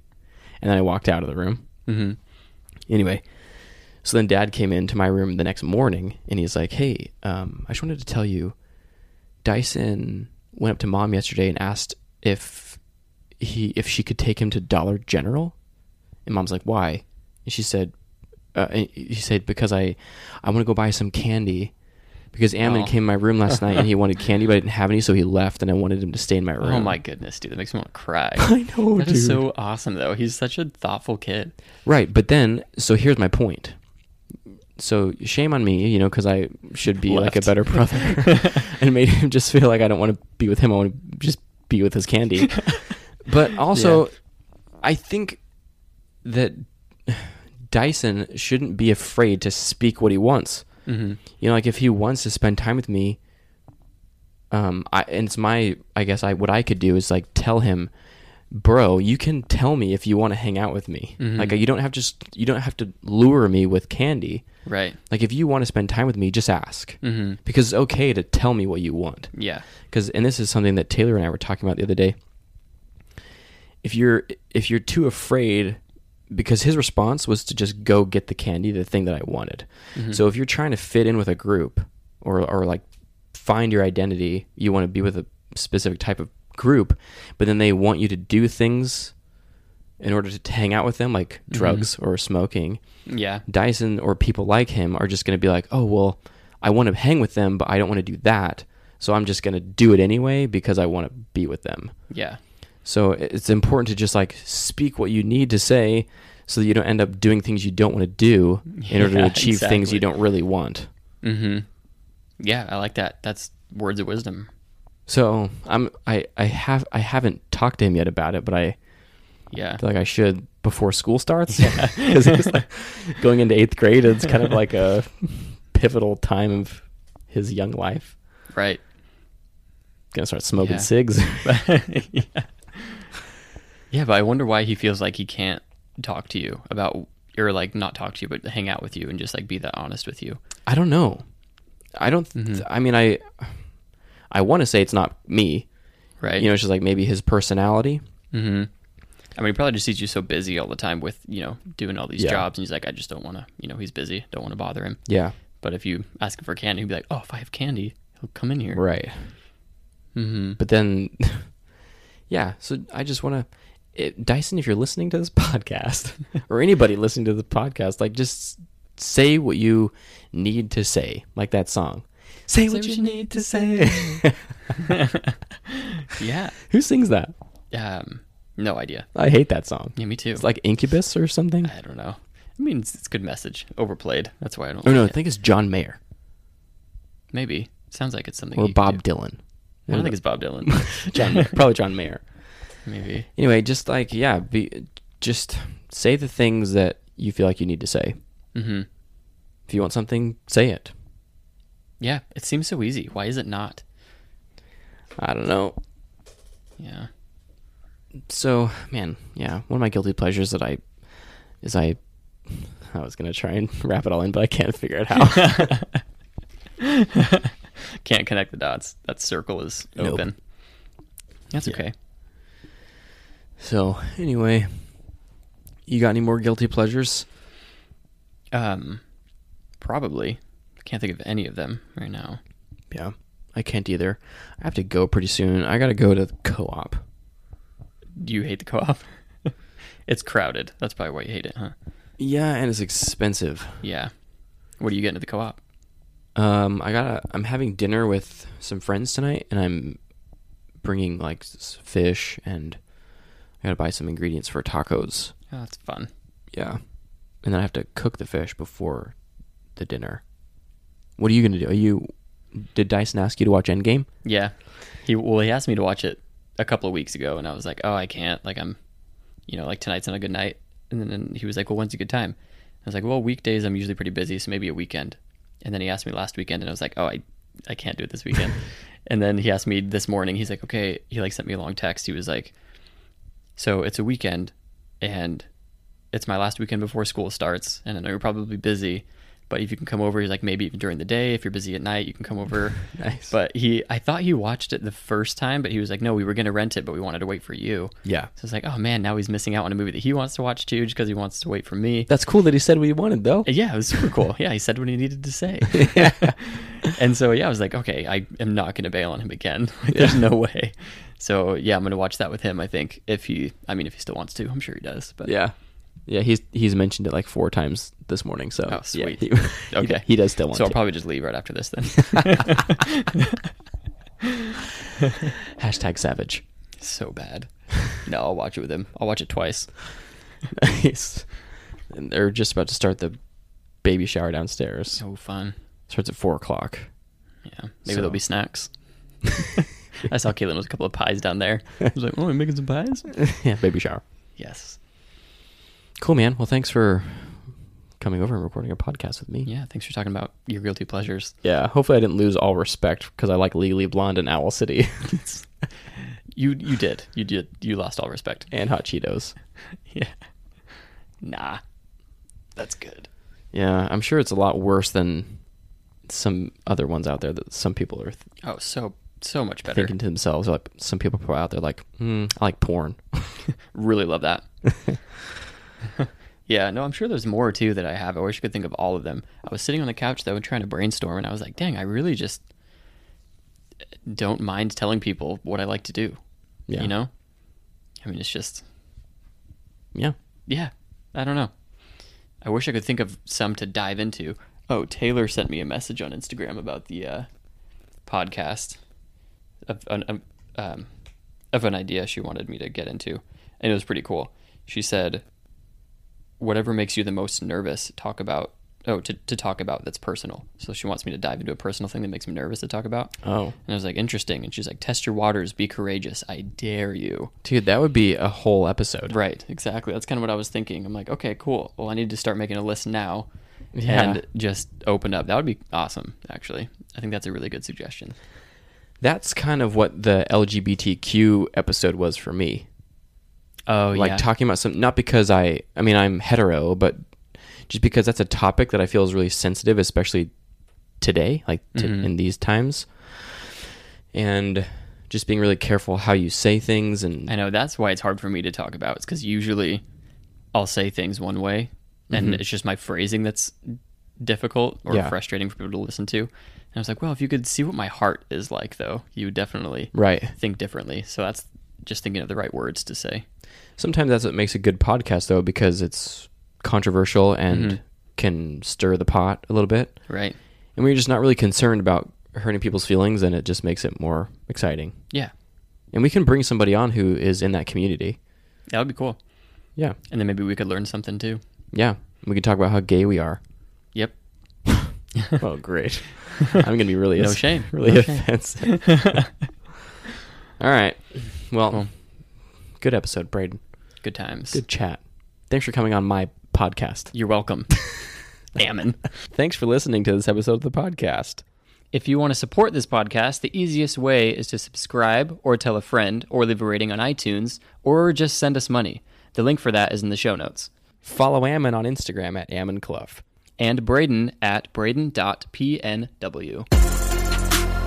Speaker 1: And then I walked out of the room.
Speaker 2: Mhm.
Speaker 1: Anyway, so then dad came into my room the next morning and he's like, hey, um, I just wanted to tell you, Dyson went up to mom yesterday and asked if he if she could take him to Dollar General. And mom's like, why? And she said, uh, and he said, because I, I want to go buy some candy. Because Ammon
Speaker 2: Oh.
Speaker 1: came in my room last night and he wanted candy, but I didn't have any, so he left, and I wanted him to stay in my room.
Speaker 2: Oh my goodness, dude. That makes me want to cry.
Speaker 1: I know,
Speaker 2: That
Speaker 1: dude.
Speaker 2: is so awesome, though. He's such a thoughtful kid.
Speaker 1: Right, but then so here's my point. So shame on me, you know, because I should be like a
Speaker 2: Left.
Speaker 1: better brother, and made him just feel like I don't want to be with him. I want to just be with his candy. but also, I think that Dyson shouldn't be afraid to speak what he wants.
Speaker 2: Mm-hmm.
Speaker 1: You know, like if he wants to spend time with me, um, I and it's my, I guess I what I could do is like tell him, bro, you can tell me if you want to hang out with me. Like you don't have just you don't have to lure me with candy.
Speaker 2: Right.
Speaker 1: Like if you want to spend time with me, just ask
Speaker 2: Mm-hmm.
Speaker 1: because it's okay to tell me what you want
Speaker 2: Yeah.
Speaker 1: because and this is something that Taylor and I were talking about the other day. If you're if you're too afraid because his response was to just go get the candy, the thing that I wanted. So if you're trying to fit in with a group or or like find your identity, you want to be with a specific type of group, but then they want you to do things in order to hang out with them like drugs or smoking.
Speaker 2: Yeah.
Speaker 1: Dyson or people like him are just going to be like, oh, well, I want to hang with them, but I don't want to do that. So I'm just going to do it anyway because I want to be with them.
Speaker 2: Yeah.
Speaker 1: So it's important to just like speak what you need to say so that you don't end up doing things you don't want to do in order to
Speaker 2: Yeah,
Speaker 1: achieve things you
Speaker 2: exactly.
Speaker 1: don't really want.
Speaker 2: Mm-hmm. Yeah. I like that. That's words of wisdom.
Speaker 1: So I'm I, I have I haven't talked to him yet about it, but I
Speaker 2: Yeah.
Speaker 1: feel like I should before school starts because it's like going into eighth grade. It's kind of like a pivotal time of his young life.
Speaker 2: Right.
Speaker 1: Gonna start smoking
Speaker 2: Yeah.
Speaker 1: cigs.
Speaker 2: yeah. yeah, but I wonder why he feels like he can't talk to you about or like not talk to you but hang out with you and just like be that honest with you.
Speaker 1: I don't know. I don't.
Speaker 2: Mm-hmm.
Speaker 1: I mean, I I want to say it's not me.
Speaker 2: Right?
Speaker 1: You know, it's just like maybe his personality.
Speaker 2: hmm I mean, he probably just sees you so busy all the time with, you know, doing all these
Speaker 1: Yeah.
Speaker 2: jobs. And he's like, I just don't want to, you know, he's busy. Don't want to bother him.
Speaker 1: Yeah.
Speaker 2: But if you ask him for candy, he'd be like, oh, if I have candy, he'll come in here.
Speaker 1: Right.
Speaker 2: Mm-hmm.
Speaker 1: But then, yeah. So I just want to, Dyson, if you're listening to this podcast or anybody listening to the podcast, like just say what you need to say, like that song. Say, what, you need, to say.
Speaker 2: Mm-hmm. Yeah.
Speaker 1: Who sings that?
Speaker 2: Um, no idea.
Speaker 1: I hate that song.
Speaker 2: Yeah, me too.
Speaker 1: It's like Incubus or something.
Speaker 2: I don't know. I mean, it's, it's good message. Overplayed. That's why I don't
Speaker 1: Oh
Speaker 2: like
Speaker 1: no, I
Speaker 2: it.
Speaker 1: think it's John Mayer
Speaker 2: Maybe. Sounds like it's something.
Speaker 1: or
Speaker 2: you could
Speaker 1: Bob
Speaker 2: do.
Speaker 1: Dylan.
Speaker 2: I don't think it's Bob Dylan.
Speaker 1: John Mayer. Probably John Mayer.
Speaker 2: Maybe.
Speaker 1: Anyway, just like yeah, be, just say the things that you feel like you need to say.
Speaker 2: hmm
Speaker 1: If you want something, say it.
Speaker 2: Yeah. It seems so easy. Why is it not?
Speaker 1: I don't know.
Speaker 2: Yeah.
Speaker 1: So, man, yeah, one of my guilty pleasures that I is I I was going to try and wrap it all in, but I can't figure it out.
Speaker 2: Can't connect the dots. That circle is
Speaker 1: Nope.
Speaker 2: open. That's okay.
Speaker 1: so, anyway, you got any more guilty pleasures?
Speaker 2: Um, probably. I can't think of any of them right now.
Speaker 1: Yeah. I can't either. I have to go pretty soon. I got to go to the co-op.
Speaker 2: Do you hate the co-op? it's crowded. That's probably why you hate it, huh?
Speaker 1: Yeah, and it's expensive.
Speaker 2: Yeah. What are you getting at the co-op?
Speaker 1: Um, I gotta. I'm having dinner with some friends tonight, and I'm bringing like s- fish, and I gotta buy some ingredients for tacos.
Speaker 2: Oh, that's fun.
Speaker 1: Yeah, and then I have to cook the fish before the dinner. What are you gonna do? Are you? Did Dyson ask you to watch Endgame?
Speaker 2: Yeah. He well, he asked me to watch it a couple of weeks ago, and I was like, oh, I can't. Like I'm, you know, like tonight's not a good night. And then and he was like, well, when's a good time? I was like, well, weekdays I'm usually pretty busy, so maybe a weekend. And then he asked me last weekend, and I was like, oh, I, I can't do it this weekend. and then he asked me this morning. He's like, okay. He like sent me a long text. He was like, so it's a weekend, and it's my last weekend before school starts, and I know you're probably busy. But if you can come over, he's like maybe even during the day. If you're busy at night, you can come over.
Speaker 1: Nice.
Speaker 2: But he, I thought he watched it the first time, but he was like, no, we were gonna rent it, but we wanted to wait for you.
Speaker 1: Yeah,
Speaker 2: So it's like, oh man, now he's missing out on a movie that he wants to watch too, just because he wants to wait for me.
Speaker 1: that's cool that he said what he wanted though.
Speaker 2: Yeah, it was super cool. Yeah, he said what he needed to say. and so yeah, I was like, okay, I am not going to bail on him again. Like, There's no way. So yeah, I'm going to watch that with him. I think if he, I mean, if he still wants to, I'm sure he does. But
Speaker 1: Yeah, yeah. He's he's mentioned it like four times this morning. So
Speaker 2: Oh, sweet.
Speaker 1: Yeah, he,
Speaker 2: Okay.
Speaker 1: he, does still want.
Speaker 2: so I'll
Speaker 1: to.
Speaker 2: probably just leave right after this then.
Speaker 1: hashtag savage.
Speaker 2: so bad. No, I'll watch it with him. I'll watch it twice.
Speaker 1: Nice. And they're just about to start the baby shower downstairs.
Speaker 2: So fun.
Speaker 1: Starts at four o'clock.
Speaker 2: Yeah,
Speaker 1: So-
Speaker 2: maybe there'll be snacks. I saw Caitlin with a couple of pies down there. I was like, "Oh, I'm making some pies."
Speaker 1: yeah, baby shower.
Speaker 2: yes.
Speaker 1: Cool, man. Well, thanks for coming over and recording a podcast with me.
Speaker 2: Yeah. Thanks for talking about your guilty pleasures.
Speaker 1: Yeah, hopefully I didn't lose all respect because I like Legally Blonde and Owl City
Speaker 2: You you did you did you lost all respect.
Speaker 1: and Hot Cheetos.
Speaker 2: Yeah. Nah. That's good.
Speaker 1: Yeah, I'm sure it's a lot worse than some other ones out there that some people are th-
Speaker 2: Oh, so so much better.
Speaker 1: thinking to themselves. Like some people are out there like, hmm, I like porn.
Speaker 2: Really love that. yeah. No, I'm sure there's more too that I have. I wish I could think of all of them. I was sitting on the couch though, trying to brainstorm, and I was like, "Dang, I really just don't mind telling people what I like to do."
Speaker 1: Yeah.
Speaker 2: You know? I mean, it's just,
Speaker 1: Yeah.
Speaker 2: yeah, I don't know. I wish I could think of some to dive into. Oh, Taylor sent me a message on Instagram about the uh, podcast of an, um, um, of an idea she wanted me to get into. And it was pretty cool. She said, whatever makes you the most nervous, talk about. Oh, to, to talk about that's personal. So she wants me to dive into a personal thing that makes me nervous to talk about.
Speaker 1: Oh,
Speaker 2: And I was like, interesting. And she's like, test your waters, be courageous. I dare you.
Speaker 1: dude, that would be a whole episode.
Speaker 2: Right, exactly. That's kind of what I was thinking. I'm like, okay, cool. Well, I need to start making a list now
Speaker 1: Yeah.
Speaker 2: and just opened up. That would be awesome, actually. I think that's a really good suggestion.
Speaker 1: That's kind of what the LGBTQ episode was for me.
Speaker 2: Oh,
Speaker 1: like talking about some not because I I mean I'm hetero, but just because that's a topic that I feel is really sensitive, especially today, like to,
Speaker 2: Mm-hmm.
Speaker 1: in these times, and just being really careful how you say things and
Speaker 2: I know that's why it's hard for me to talk about. It's because usually I'll say things one way, and it's just my phrasing that's difficult or
Speaker 1: Mm-hmm. Yeah.
Speaker 2: frustrating for people to listen to. And I was like, well, if you could see what my heart is like, though, you would definitely
Speaker 1: right.
Speaker 2: think differently. So that's just thinking of the right words to say.
Speaker 1: Sometimes that's what makes a good podcast though, because it's controversial and
Speaker 2: Mm-hmm.
Speaker 1: can stir the pot a little bit,
Speaker 2: Right?
Speaker 1: and we're just not really concerned about hurting people's feelings, and it just makes it more exciting.
Speaker 2: Yeah,
Speaker 1: And we can bring somebody on who is in that community.
Speaker 2: that would be cool.
Speaker 1: Yeah,
Speaker 2: And then maybe we could learn something too.
Speaker 1: yeah. We can talk about how gay we are.
Speaker 2: Yep.
Speaker 1: oh, great. I'm going to be really
Speaker 2: No
Speaker 1: off-
Speaker 2: shame.
Speaker 1: Really
Speaker 2: No shame.
Speaker 1: offensive. All right. Well, good episode, Braden.
Speaker 2: Good times.
Speaker 1: Good chat. Thanks for coming on my podcast.
Speaker 2: You're welcome. Ammon.
Speaker 1: Thanks for listening to this episode of the podcast.
Speaker 2: If you want to support this podcast, the easiest way is to subscribe or tell a friend or leave a rating on iTunes or just send us money. The link for that is in the show notes.
Speaker 1: Follow Ammon on Instagram at Ammon Clough.
Speaker 2: And Braden at braden.pnw.